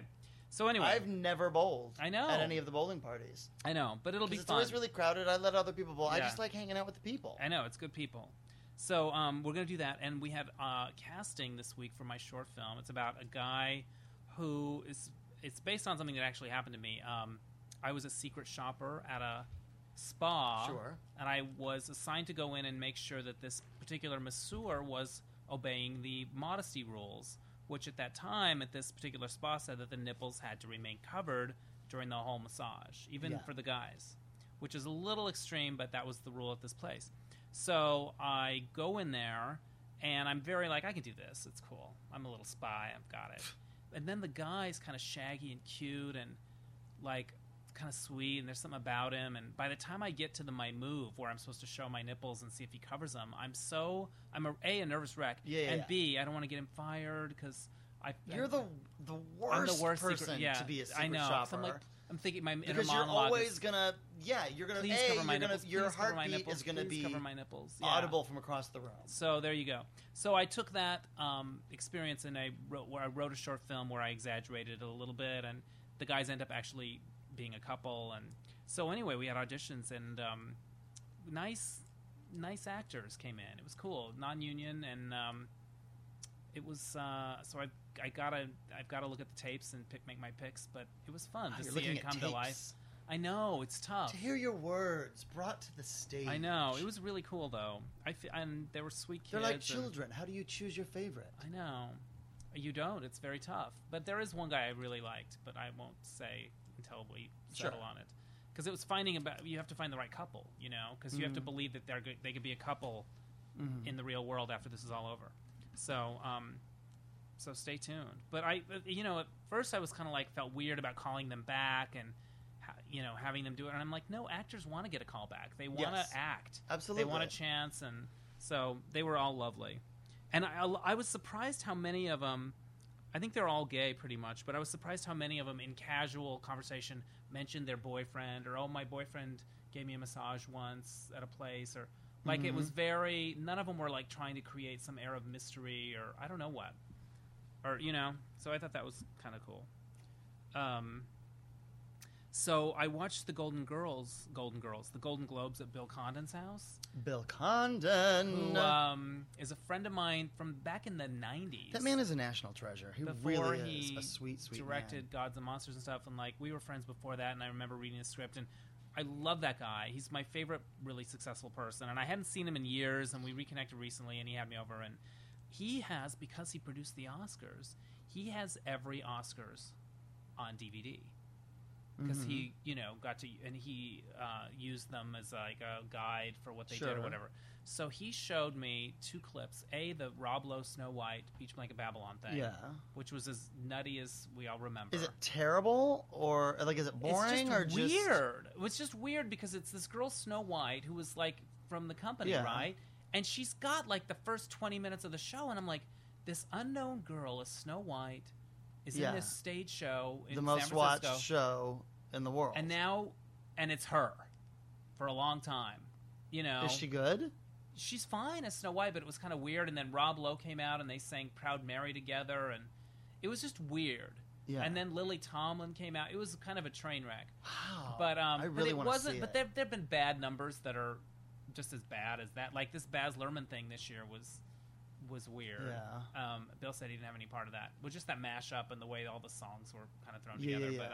[SPEAKER 1] So anyway,
[SPEAKER 2] I've never bowled.
[SPEAKER 1] I know.
[SPEAKER 2] at any of the bowling parties.
[SPEAKER 1] I know, but it'll
[SPEAKER 2] 'Cause
[SPEAKER 1] be
[SPEAKER 2] it's
[SPEAKER 1] fun.
[SPEAKER 2] always really crowded. I let other people bowl. I
[SPEAKER 1] Yeah.
[SPEAKER 2] just like hanging out with the people.
[SPEAKER 1] I know it's good people. So um, we're gonna do that, and we have uh, casting this week for my short film. It's about a guy who is. It's based on something that actually happened to me. Um, I was a secret shopper at a spa.
[SPEAKER 2] sure.
[SPEAKER 1] and I was assigned to go in and make sure that this particular masseur was obeying the modesty rules, which at that time at this particular spa said that the nipples had to remain covered during the whole massage, even
[SPEAKER 2] Yeah.
[SPEAKER 1] for the guys, which is a little extreme, but that was the rule at this place. So I go in there and I'm very like, I can do this. It's cool. I'm a little spy. I've got it. And then the guy's kind of shaggy and cute and like kind of sweet and there's something about him and by the time i get to the my move where i'm supposed to show my nipples and see if he covers them i'm so i'm a, a, a nervous wreck
[SPEAKER 2] Yeah, yeah,
[SPEAKER 1] and
[SPEAKER 2] yeah.
[SPEAKER 1] b i don't want to get him fired because i
[SPEAKER 2] You're the the
[SPEAKER 1] I'm
[SPEAKER 2] worst,
[SPEAKER 1] the worst secret-
[SPEAKER 2] person
[SPEAKER 1] yeah,
[SPEAKER 2] to be a secret
[SPEAKER 1] I know. 'cause
[SPEAKER 2] shopper.
[SPEAKER 1] I'm like, I'm thinking my inner
[SPEAKER 2] because you're
[SPEAKER 1] monologue
[SPEAKER 2] always
[SPEAKER 1] is,
[SPEAKER 2] gonna, yeah, you're gonna.
[SPEAKER 1] please
[SPEAKER 2] a,
[SPEAKER 1] cover my
[SPEAKER 2] you're gonna,
[SPEAKER 1] nipples.
[SPEAKER 2] your
[SPEAKER 1] please cover my
[SPEAKER 2] heartbeat
[SPEAKER 1] nipples.
[SPEAKER 2] is gonna
[SPEAKER 1] please
[SPEAKER 2] be
[SPEAKER 1] cover my nipples. Yeah.
[SPEAKER 2] audible from across the room.
[SPEAKER 1] So there you go. So I took that um, experience and I wrote where I wrote a short film where I exaggerated it a little bit, and the guys end up actually being a couple. And so anyway, we had auditions and um, nice, nice actors came in. It was cool, non-union, and um, it was uh, so I I gotta I've gotta look at the tapes and pick make my picks. But it was fun
[SPEAKER 2] Ah,
[SPEAKER 1] to
[SPEAKER 2] you're
[SPEAKER 1] see
[SPEAKER 2] looking
[SPEAKER 1] it
[SPEAKER 2] at
[SPEAKER 1] come to life.
[SPEAKER 2] tapes.
[SPEAKER 1] I know it's tough.
[SPEAKER 2] To hear your words brought to the stage.
[SPEAKER 1] I know it was really cool though. I f- and they were sweet kids.
[SPEAKER 2] They're like
[SPEAKER 1] and-
[SPEAKER 2] children. How do you choose your favorite?
[SPEAKER 1] I know you don't. It's very tough. But there is one guy I really liked, but I won't say until we
[SPEAKER 2] Sure.
[SPEAKER 1] settle on it. Because it was finding about you have to find the right couple, you know, because you have to
[SPEAKER 2] Mhm.
[SPEAKER 1] believe that they're good, they could be a couple
[SPEAKER 2] Mhm.
[SPEAKER 1] in the real world after this is all over. So, um, so stay tuned. But I, uh, you know, at first I was kind of like felt weird about calling them back and, ha- you know, having them do it. And I'm like, no, actors want to get a call back. They want to
[SPEAKER 2] Yes.
[SPEAKER 1] act.
[SPEAKER 2] Absolutely.
[SPEAKER 1] They want a chance, and so they were all lovely. And I, I was surprised how many of them. I think they're all gay, pretty much. But I was surprised how many of them, in casual conversation, mentioned their boyfriend or "Oh, my boyfriend gave me a massage once at a place," or like it
[SPEAKER 2] Mhm.
[SPEAKER 1] was very. None of them were like trying to create some air of mystery or I don't know what, or you know. So I thought that was kind of cool. Um, so I watched the Golden Girls, Golden Girls, the Golden Globes at Bill Condon's house
[SPEAKER 2] Bill Condon.
[SPEAKER 1] who um, is a friend of mine from back in the 90s.
[SPEAKER 2] that man is a national treasure. He
[SPEAKER 1] Before
[SPEAKER 2] really
[SPEAKER 1] he
[SPEAKER 2] is a sweet, sweet man.
[SPEAKER 1] directed Gods and Monsters and stuff, and like we were friends before that, and I remember reading his script, and I love that guy. He's my favorite, really successful person, and I hadn't seen him in years, and we reconnected recently, and he had me over, and he has because he produced the Oscars, he has every Oscars on DVD because
[SPEAKER 2] Mhm.
[SPEAKER 1] he, you know, got to and he uh, used them as like a guide for what they did or
[SPEAKER 2] Sure.
[SPEAKER 1] whatever. So he showed me two clips: a the Rob Lowe Snow White Beach Blanket Babylon thing,
[SPEAKER 2] Mm-hmm. Yeah.
[SPEAKER 1] which was as nutty as we all remember.
[SPEAKER 2] Is it terrible or like is it boring
[SPEAKER 1] it's just
[SPEAKER 2] or just
[SPEAKER 1] weird? It was just weird because it's this girl Snow White who was like from the company,
[SPEAKER 2] Yeah.
[SPEAKER 1] right? And she's got like the first twenty minutes of the show, and I'm like, this unknown girl is Snow White, is
[SPEAKER 2] Yeah.
[SPEAKER 1] in this stage show in
[SPEAKER 2] the most
[SPEAKER 1] San Francisco.
[SPEAKER 2] watched show in the world?
[SPEAKER 1] and now and it's her for a long time you know
[SPEAKER 2] is she good?
[SPEAKER 1] she's fine as snow white but it was kind of weird and then rob lowe came out and they sang proud mary together and it was just weird
[SPEAKER 2] Yeah.
[SPEAKER 1] and then lily tomlin came out it was kind of a train wreck
[SPEAKER 2] wow.
[SPEAKER 1] but um
[SPEAKER 2] Oh, I
[SPEAKER 1] but
[SPEAKER 2] really
[SPEAKER 1] it
[SPEAKER 2] wanna
[SPEAKER 1] wasn't
[SPEAKER 2] see
[SPEAKER 1] but
[SPEAKER 2] it.
[SPEAKER 1] there there've been bad numbers that are just as bad as that like this baz luhrmann thing this year was was weird
[SPEAKER 2] yeah.
[SPEAKER 1] um, Bill said he didn't have any part of that. It was just that mashup and the way all the songs were kind of thrown
[SPEAKER 2] Yeah,
[SPEAKER 1] together.
[SPEAKER 2] yeah, yeah.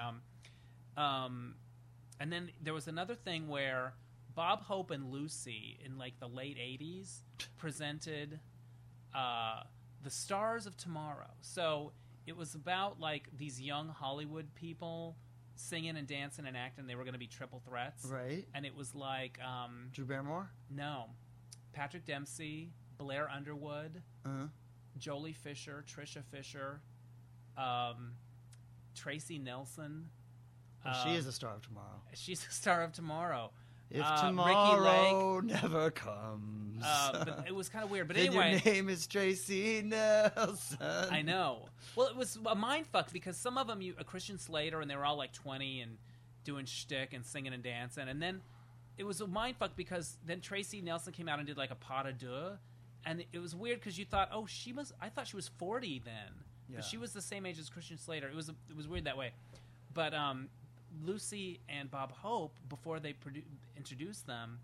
[SPEAKER 1] But um, um, and then there was another thing where Bob Hope and Lucy in like the late '80s presented uh, the stars of tomorrow. So it was about like these young Hollywood people singing and dancing and acting. They were going to be triple threats,
[SPEAKER 2] Right.
[SPEAKER 1] and it was like um,
[SPEAKER 2] Drew Barrymore.
[SPEAKER 1] no, Patrick Dempsey, Blair Underwood.
[SPEAKER 2] Uh-huh.
[SPEAKER 1] Jolie Fisher, Trisha Fisher, um, Tracy Nelson.
[SPEAKER 2] Well, she
[SPEAKER 1] Um,
[SPEAKER 2] is a star of tomorrow.
[SPEAKER 1] She's a star of tomorrow.
[SPEAKER 2] If
[SPEAKER 1] uh, Ricky
[SPEAKER 2] tomorrow never comes,
[SPEAKER 1] Uh, but it was kind of weird. But
[SPEAKER 2] then
[SPEAKER 1] anyway,
[SPEAKER 2] your name is Tracy Nelson.
[SPEAKER 1] I know. Well, it was a mind fuck because some of them, you, a Christian Slater, and they were all like twenty and doing shtick and singing and dancing, and then it was a mind fuck because then Tracy Nelson came out and did like a pas de deux, and it was weird because you thought, oh, she must. I thought she was forty then,
[SPEAKER 2] Yeah.
[SPEAKER 1] but she was the same age as Christian Slater. It was it was weird that way, but um, Lucy and Bob Hope before they produ- introduced them.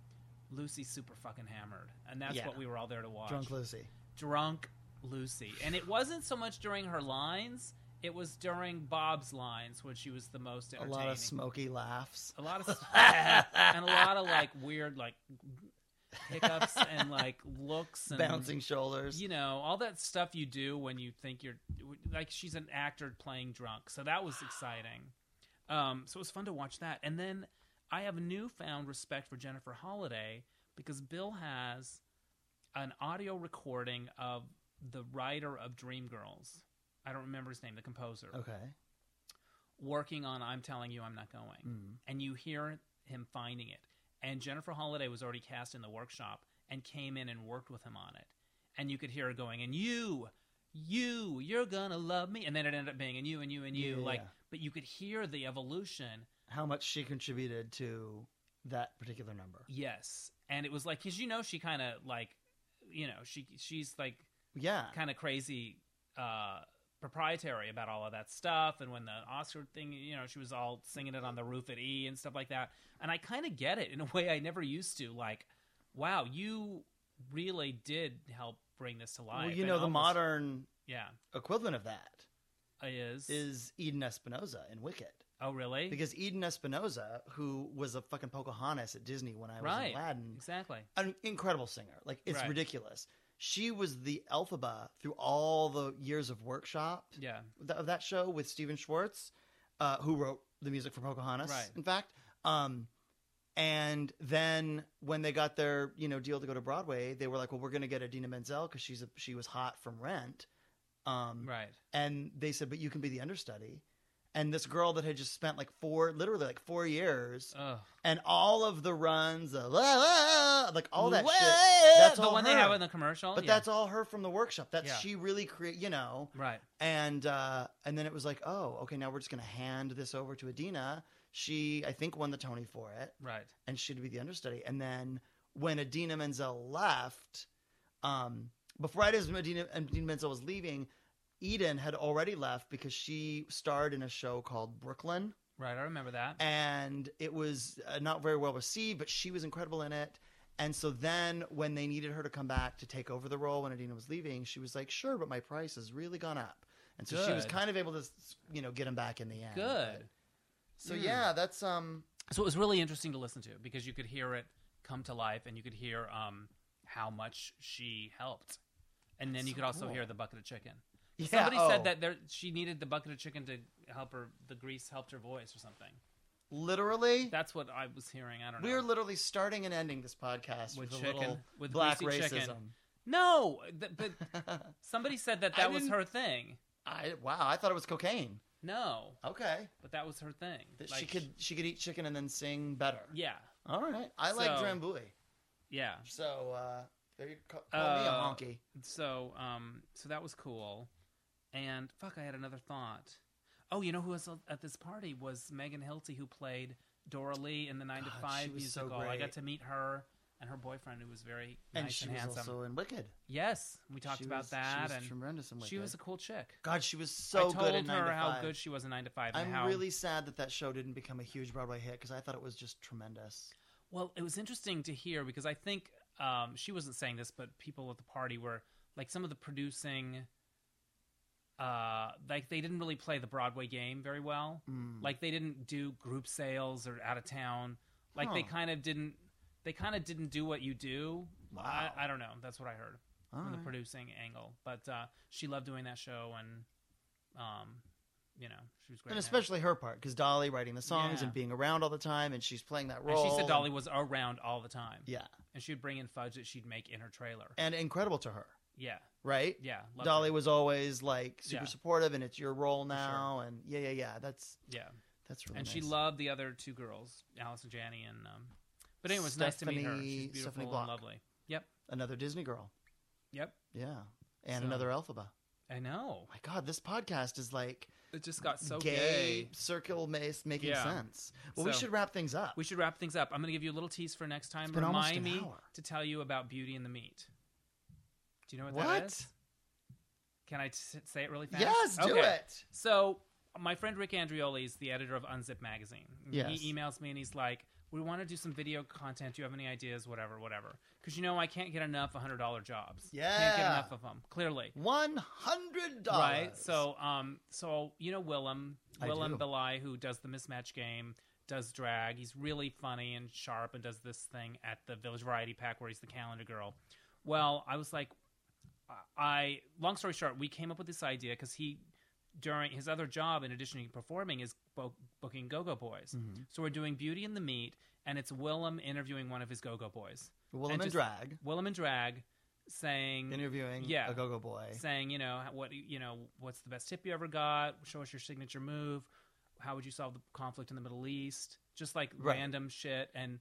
[SPEAKER 1] Lucy super fucking hammered, and that's
[SPEAKER 2] Yeah.
[SPEAKER 1] what we were all there to watch
[SPEAKER 2] Drunk Lucy.
[SPEAKER 1] drunk Lucy. And it wasn't so much during her lines, it was during Bob's lines when she was the most
[SPEAKER 2] A
[SPEAKER 1] entertaining.
[SPEAKER 2] lot of smoky laughs.
[SPEAKER 1] A lot of- and a lot of like weird like hiccups and like looks and
[SPEAKER 2] Bouncing shoulders.
[SPEAKER 1] You know all that stuff you do when you think you're like she's an actor playing drunk, so that was exciting. Um, so it was fun to watch that, and then I have newfound respect for Jennifer Holliday because Bill has an audio recording of the writer of Dreamgirls. I don't remember his name, the composer,
[SPEAKER 2] Okay.
[SPEAKER 1] working on "I'm Telling You I'm Not Going."
[SPEAKER 2] Mm.
[SPEAKER 1] and you hear him finding it. And Jennifer Holliday was already cast in the workshop and came in and worked with him on it. And you could hear her going, "And you, you, you're gonna love me." And then it ended up being, "And you, and you, and you."
[SPEAKER 2] Yeah,
[SPEAKER 1] like,
[SPEAKER 2] yeah.
[SPEAKER 1] but you could hear the evolution.
[SPEAKER 2] How much she contributed to that particular number?
[SPEAKER 1] Yes, and it was like, cause you know, she kind of like, you know, she she's like
[SPEAKER 2] Yeah.
[SPEAKER 1] kind of crazy, uh, proprietary about all of that stuff. And when the Oscar thing, you know, she was all singing it on the roof at E and stuff like that. And I kind of get it in a way I never used to. Like, wow, you really did help bring this to life.
[SPEAKER 2] Well, you
[SPEAKER 1] and
[SPEAKER 2] know the
[SPEAKER 1] almost-
[SPEAKER 2] modern
[SPEAKER 1] yeah,
[SPEAKER 2] equivalent of that
[SPEAKER 1] is,
[SPEAKER 2] is Eden Espinosa in Wicked.
[SPEAKER 1] oh really
[SPEAKER 2] Because Eden Espinosa, who was a fucking Pocahontas at Disney when I was
[SPEAKER 1] right
[SPEAKER 2] in Aladdin,
[SPEAKER 1] exactly
[SPEAKER 2] an incredible singer. Like it's
[SPEAKER 1] Right.
[SPEAKER 2] ridiculous. She was the Elphaba through all the years of workshop
[SPEAKER 1] yeah
[SPEAKER 2] th- of that show with Steven Schwartz, uh, who wrote the music for Pocahontas.
[SPEAKER 1] Right.
[SPEAKER 2] In fact, um, and then when they got their you know deal to go to Broadway, they were like, "Well, we're going to get Adina Menzel because she's a, she was hot from Rent." Um,
[SPEAKER 1] right
[SPEAKER 2] and they said, "But you can be the understudy." And this girl that had just spent like four, literally like four years,
[SPEAKER 1] Ugh.
[SPEAKER 2] and all of the runs, of, "La, la, la," like all that shit.
[SPEAKER 1] That's
[SPEAKER 2] that's
[SPEAKER 1] the
[SPEAKER 2] all
[SPEAKER 1] one they
[SPEAKER 2] her.
[SPEAKER 1] have in the commercial
[SPEAKER 2] But
[SPEAKER 1] yeah.
[SPEAKER 2] that's all her from the workshop. That's
[SPEAKER 1] Yeah.
[SPEAKER 2] she really create, you know
[SPEAKER 1] right
[SPEAKER 2] and uh, and then it was like, oh, okay, now we're just gonna hand this over to Adina. She, I think, won the Tony for it,
[SPEAKER 1] right
[SPEAKER 2] and she'd be the understudy. And then when Adina Menzel left, um, but right as Adina, Adina Menzel was leaving, Eden had already left because she starred in a show called Brooklyn,
[SPEAKER 1] right i remember that
[SPEAKER 2] and it was uh, not very well received, but she was incredible in it. And so then, when they needed her to come back to take over the role when Adina was leaving, she was like, "Sure, but my price has really gone up." And so she was
[SPEAKER 1] Good.
[SPEAKER 2] kind of able to, you know, get him back in the end.
[SPEAKER 1] good
[SPEAKER 2] So
[SPEAKER 1] Hmm.
[SPEAKER 2] yeah, that's um.
[SPEAKER 1] so it was really interesting to listen to because you could hear it come to life and you could hear um, how much she helped and then
[SPEAKER 2] That's
[SPEAKER 1] you
[SPEAKER 2] so
[SPEAKER 1] could also
[SPEAKER 2] cool.
[SPEAKER 1] hear the bucket of chicken
[SPEAKER 2] Yeah,
[SPEAKER 1] somebody said
[SPEAKER 2] oh,
[SPEAKER 1] that there, she needed the bucket of chicken to help her the grease helped her voice or something
[SPEAKER 2] literally.
[SPEAKER 1] that's what i was hearing i don't know
[SPEAKER 2] We're literally starting and ending this podcast
[SPEAKER 1] With
[SPEAKER 2] with, a
[SPEAKER 1] chicken,
[SPEAKER 2] little
[SPEAKER 1] with
[SPEAKER 2] black
[SPEAKER 1] greasy
[SPEAKER 2] racism.
[SPEAKER 1] chicken. no th- but somebody said that
[SPEAKER 2] I
[SPEAKER 1] that was
[SPEAKER 2] didn't-
[SPEAKER 1] her thing
[SPEAKER 2] I wow, I thought it was cocaine.
[SPEAKER 1] no
[SPEAKER 2] Okay,
[SPEAKER 1] but that was her thing
[SPEAKER 2] that she
[SPEAKER 1] Like,
[SPEAKER 2] could she could eat chicken and then sing better.
[SPEAKER 1] yeah
[SPEAKER 2] All right, I like
[SPEAKER 1] So-
[SPEAKER 2] Drambuie.
[SPEAKER 1] yeah
[SPEAKER 2] So uh, there you call, call me a
[SPEAKER 1] Uh,
[SPEAKER 2] honky.
[SPEAKER 1] so um so that was cool and fuck i had another thought oh you know who was at this party was megan hilty who played dora lee in the nine
[SPEAKER 2] God,
[SPEAKER 1] to five
[SPEAKER 2] she was so
[SPEAKER 1] musical i got
[SPEAKER 2] great.
[SPEAKER 1] to meet her and her boyfriend who was very
[SPEAKER 2] And
[SPEAKER 1] nice
[SPEAKER 2] she
[SPEAKER 1] and
[SPEAKER 2] was
[SPEAKER 1] handsome
[SPEAKER 2] also in Wicked.
[SPEAKER 1] yes we talked
[SPEAKER 2] She
[SPEAKER 1] about
[SPEAKER 2] was-
[SPEAKER 1] that
[SPEAKER 2] She was
[SPEAKER 1] and
[SPEAKER 2] tremendous in Wicked.
[SPEAKER 1] she was a cool chick
[SPEAKER 2] God, she was so
[SPEAKER 1] i told
[SPEAKER 2] good in
[SPEAKER 1] her
[SPEAKER 2] 9 to
[SPEAKER 1] how
[SPEAKER 2] 5.
[SPEAKER 1] good she was in nine to five and
[SPEAKER 2] I'm
[SPEAKER 1] how
[SPEAKER 2] really sad that that show didn't become a huge Broadway hit because I thought it was just tremendous.
[SPEAKER 1] Well, it was interesting to hear because I think um, she wasn't saying this, but people at the party were like some of the producing, uh, like they didn't really play the Broadway game very well.
[SPEAKER 2] Mm.
[SPEAKER 1] Like they didn't do group sales or out of town. Like they
[SPEAKER 2] Huh.
[SPEAKER 1] kind of didn't. They kind of didn't do what you do. I,
[SPEAKER 2] Wow.
[SPEAKER 1] I don't know. That's what I heard
[SPEAKER 2] All
[SPEAKER 1] from the
[SPEAKER 2] right.
[SPEAKER 1] producing angle. But uh, she loved doing that show, and um, you know, she was great.
[SPEAKER 2] and
[SPEAKER 1] in it.
[SPEAKER 2] especially her part because Dolly writing the songs
[SPEAKER 1] Yeah.
[SPEAKER 2] and being around all the time, and she's playing that
[SPEAKER 1] and
[SPEAKER 2] role.
[SPEAKER 1] she said Dolly was around all the time,
[SPEAKER 2] Yeah,
[SPEAKER 1] and she would bring in fudge that she'd make in her trailer.
[SPEAKER 2] and incredible to her,
[SPEAKER 1] Yeah.
[SPEAKER 2] right?
[SPEAKER 1] Yeah, loved
[SPEAKER 2] Dolly
[SPEAKER 1] her.
[SPEAKER 2] was always like super
[SPEAKER 1] Yeah.
[SPEAKER 2] supportive, and it's your role now, and yeah, yeah, yeah. That's
[SPEAKER 1] Yeah,
[SPEAKER 2] that's really
[SPEAKER 1] and she
[SPEAKER 2] nice.
[SPEAKER 1] loved the other two girls, Alice and Janney, and um. But anyway, it was nice to meet her.
[SPEAKER 2] Stephanie-
[SPEAKER 1] She's
[SPEAKER 2] Stephanie
[SPEAKER 1] beautiful and
[SPEAKER 2] Block.
[SPEAKER 1] lovely. Yep,
[SPEAKER 2] another Disney girl.
[SPEAKER 1] yep.
[SPEAKER 2] Yeah, and
[SPEAKER 1] So-
[SPEAKER 2] another Elphaba.
[SPEAKER 1] I know.
[SPEAKER 2] my god, this podcast is like
[SPEAKER 1] It just got so gay.
[SPEAKER 2] gay, circle mace making
[SPEAKER 1] Yeah.
[SPEAKER 2] sense. Well, we
[SPEAKER 1] So-
[SPEAKER 2] should wrap things up.
[SPEAKER 1] We should wrap things up. I'm going to give you a little tease for next time.
[SPEAKER 2] It's been almost
[SPEAKER 1] Remind
[SPEAKER 2] an
[SPEAKER 1] me
[SPEAKER 2] hour.
[SPEAKER 1] to tell you about Beauty and the Meat. Do you know what,
[SPEAKER 2] What?
[SPEAKER 1] that is? Can I t- say it really fast?
[SPEAKER 2] yes, do
[SPEAKER 1] Okay.
[SPEAKER 2] it.
[SPEAKER 1] So my friend Rick Andrioli is the editor of Unzip magazine.
[SPEAKER 2] Yes.
[SPEAKER 1] He emails me and he's like, "We want to do some video content. Do you have any ideas? Whatever, whatever." Because you know I can't get enough hundred dollar jobs. can't get
[SPEAKER 2] Yeah.
[SPEAKER 1] enough of them. Clearly,
[SPEAKER 2] One hundred dollars.
[SPEAKER 1] right? So, um, so you know Willem,
[SPEAKER 2] I
[SPEAKER 1] Willem
[SPEAKER 2] do.
[SPEAKER 1] Belay, who does the mismatch game, does drag. He's really funny and sharp, and does this thing at the Village Variety Pack where he's the calendar girl. Well, I was like, I long story short, we came up with this idea because he during his other job in addition to performing is bo- booking go-go boys
[SPEAKER 2] Mm.
[SPEAKER 1] so we're doing beauty and the meat and it's willem interviewing one of his go-go boys
[SPEAKER 2] Willem
[SPEAKER 1] and just-
[SPEAKER 2] and Drag
[SPEAKER 1] willem in drag saying
[SPEAKER 2] interviewing
[SPEAKER 1] Yeah.
[SPEAKER 2] a go-go boy.
[SPEAKER 1] saying, you know, what you know, what's the best tip you ever got? Show us your signature move. How would you solve the conflict in the Middle East? Just like
[SPEAKER 2] Right.
[SPEAKER 1] random shit. And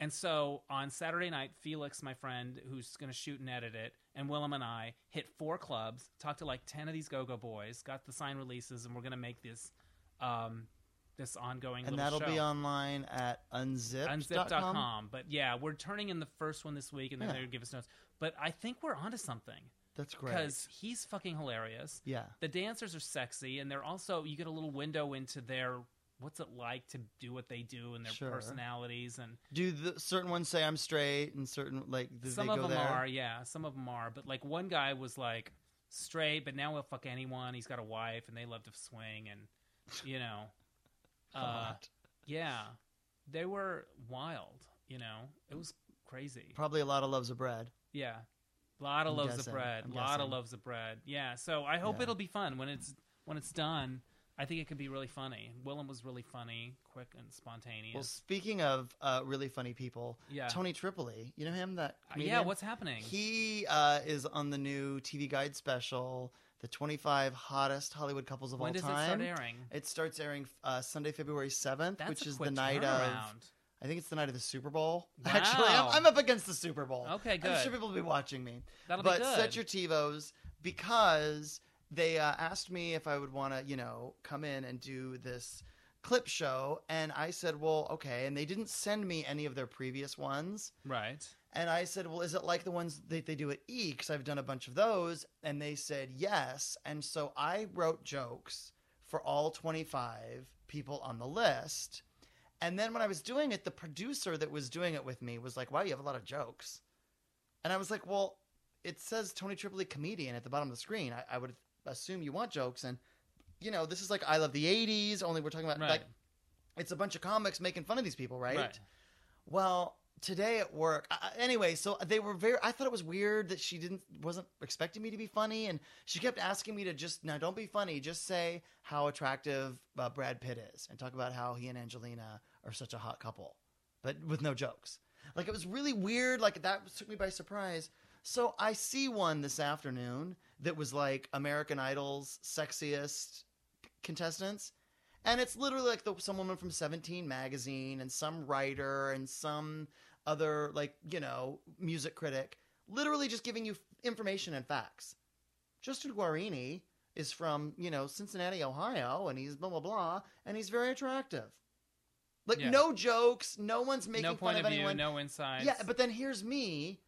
[SPEAKER 1] and so on Saturday night, Felix, my friend, who's going to shoot and edit it, and Willem and I hit four clubs, talked to like ten of these Go Go Boys, got the sign releases, and we're going to make this um, this ongoing.
[SPEAKER 2] And
[SPEAKER 1] little
[SPEAKER 2] that'll be
[SPEAKER 1] show.
[SPEAKER 2] online at unzipped.com.
[SPEAKER 1] Unzip.com. But yeah, we're turning in the first one this week, and then
[SPEAKER 2] Yeah.
[SPEAKER 1] they'll give us notes. But I think we're onto something
[SPEAKER 2] That's great.
[SPEAKER 1] because he's fucking hilarious
[SPEAKER 2] yeah,
[SPEAKER 1] the dancers are sexy and they're also you get a little window into their what's it like to do what they do and their
[SPEAKER 2] Sure.
[SPEAKER 1] personalities and
[SPEAKER 2] do the, certain ones say I'm straight, and certain like do
[SPEAKER 1] some
[SPEAKER 2] they
[SPEAKER 1] of
[SPEAKER 2] go
[SPEAKER 1] them
[SPEAKER 2] there?
[SPEAKER 1] are yeah some of them are but like one guy was like straight, but now he'll fuck anyone. He's got a wife, and they love to swing, and you know, uh,
[SPEAKER 2] God.
[SPEAKER 1] yeah, they were wild. You know, it was crazy.
[SPEAKER 2] Probably a lot of loaves of bread.
[SPEAKER 1] Yeah, lot of
[SPEAKER 2] I'm
[SPEAKER 1] loaves
[SPEAKER 2] guessing.
[SPEAKER 1] of bread.
[SPEAKER 2] I'm
[SPEAKER 1] lot of
[SPEAKER 2] guessing.
[SPEAKER 1] loaves of bread. Yeah. So I hope
[SPEAKER 2] Yeah.
[SPEAKER 1] it'll be fun when it's when it's done. I think it could be really funny. Willem was really funny, quick and spontaneous.
[SPEAKER 2] Well, speaking of uh, really funny people,
[SPEAKER 1] yeah.
[SPEAKER 2] Tony Tripoli, you know him? That
[SPEAKER 1] Uh, yeah.
[SPEAKER 2] comedian?
[SPEAKER 1] What's happening?
[SPEAKER 2] He uh, is on the new TV Guide special, the 25 hottest Hollywood couples of
[SPEAKER 1] when
[SPEAKER 2] all
[SPEAKER 1] does it
[SPEAKER 2] time.
[SPEAKER 1] start airing?
[SPEAKER 2] It starts airing uh, Sunday, February 7th,
[SPEAKER 1] That's
[SPEAKER 2] which
[SPEAKER 1] a
[SPEAKER 2] is
[SPEAKER 1] quick
[SPEAKER 2] the night of.
[SPEAKER 1] turnaround.
[SPEAKER 2] I think it's the night of the Super Bowl. Actually, I'm,
[SPEAKER 1] Wow.
[SPEAKER 2] I'm up against the Super Bowl.
[SPEAKER 1] Okay,
[SPEAKER 2] I'm
[SPEAKER 1] good.
[SPEAKER 2] sure people will be watching me.
[SPEAKER 1] That'll
[SPEAKER 2] but
[SPEAKER 1] be good.
[SPEAKER 2] set your TiVos because they uh, asked me if I would want to, you know, come in and do this clip show. And I said, well, okay. And they didn't send me any of their previous ones.
[SPEAKER 1] right.
[SPEAKER 2] And I said, well, is it like the ones that they do at E? Because I've done a bunch of those. And they said, yes. And so I wrote jokes for all 25 people on the list. And then when I was doing it, the producer that was doing it with me was like, wow, you have a lot of jokes. And I was like, well, it says Tony Tripoli comedian at the bottom of the screen. I, I would assume you want jokes. And, you know, this is like I Love the 80s, only we're talking about,
[SPEAKER 1] Right.
[SPEAKER 2] like, it's a bunch of comics making fun of these people, well, today at work. I, I- anyway, so they were very. I thought it was weird that she didn't wasn't expecting me to be funny, and she kept asking me to just now don't be funny, just say how attractive uh, Brad Pitt is, and talk about how he and Angelina are such a hot couple, but with no jokes. Like it was really weird. Like that took me by surprise. So I see one this afternoon that was like American Idol's sexiest contestants. And it's literally like the, some woman from 17 magazine and some writer and some other, like, you know, music critic, literally just giving you information and facts. Justin Guarini is from, you know, Cincinnati, Ohio, and he's blah, blah, blah, and he's very attractive. Like,
[SPEAKER 1] Yeah.
[SPEAKER 2] no jokes, no one's making
[SPEAKER 1] No
[SPEAKER 2] fun
[SPEAKER 1] point
[SPEAKER 2] of,
[SPEAKER 1] of view.
[SPEAKER 2] anyone.
[SPEAKER 1] No insights.
[SPEAKER 2] Yeah, but then here's me,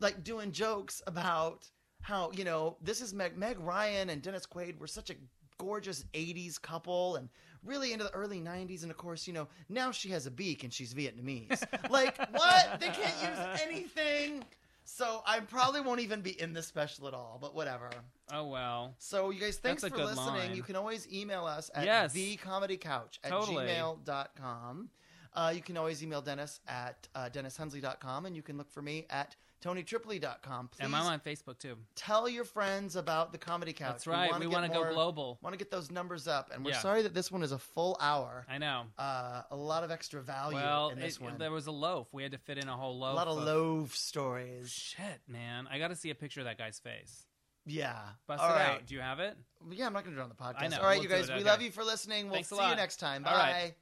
[SPEAKER 2] like doing jokes about how you know this is Meg, Meg Ryan and Dennis Quaid were such a gorgeous '80s couple and really into the early '90s, and of course you know now she has a beak and she's Vietnamese. like what? They can't use anything. So I probably won't even be in this special at all, but whatever.
[SPEAKER 1] oh well.
[SPEAKER 2] So you guys, thanks
[SPEAKER 1] That's a
[SPEAKER 2] for
[SPEAKER 1] good
[SPEAKER 2] listening.
[SPEAKER 1] line.
[SPEAKER 2] You can always email us at
[SPEAKER 1] Yes.
[SPEAKER 2] thecomedycouch at
[SPEAKER 1] Totally.
[SPEAKER 2] gmail.com. Uh, you can always email Dennis at uh, DennisHunsley.com and you can look for me at TonyTripoli.com. Please
[SPEAKER 1] And I'm on Facebook too.
[SPEAKER 2] tell your friends about the Comedy Couch.
[SPEAKER 1] That's right. We want to go global.
[SPEAKER 2] want to get those numbers up. And we're
[SPEAKER 1] Yeah.
[SPEAKER 2] sorry that this one is a full hour.
[SPEAKER 1] I know.
[SPEAKER 2] Uh, a lot of extra value
[SPEAKER 1] Well,
[SPEAKER 2] in this
[SPEAKER 1] it-
[SPEAKER 2] one.
[SPEAKER 1] there was a loaf. We had to fit in a whole
[SPEAKER 2] a
[SPEAKER 1] loaf.
[SPEAKER 2] lot of loaf stories.
[SPEAKER 1] Oh, Shit, man. I got to see a picture of that guy's face.
[SPEAKER 2] Yeah.
[SPEAKER 1] Bust
[SPEAKER 2] All
[SPEAKER 1] it
[SPEAKER 2] right.
[SPEAKER 1] out. Do you have it?
[SPEAKER 2] Yeah, I'm not going to do it on the podcast.
[SPEAKER 1] I know.
[SPEAKER 2] All right,
[SPEAKER 1] We'll
[SPEAKER 2] you
[SPEAKER 1] do
[SPEAKER 2] guys,
[SPEAKER 1] it.
[SPEAKER 2] we
[SPEAKER 1] Okay.
[SPEAKER 2] love you for listening. We'll
[SPEAKER 1] Thanks a
[SPEAKER 2] see you
[SPEAKER 1] lot.
[SPEAKER 2] next time. Bye.
[SPEAKER 1] All right.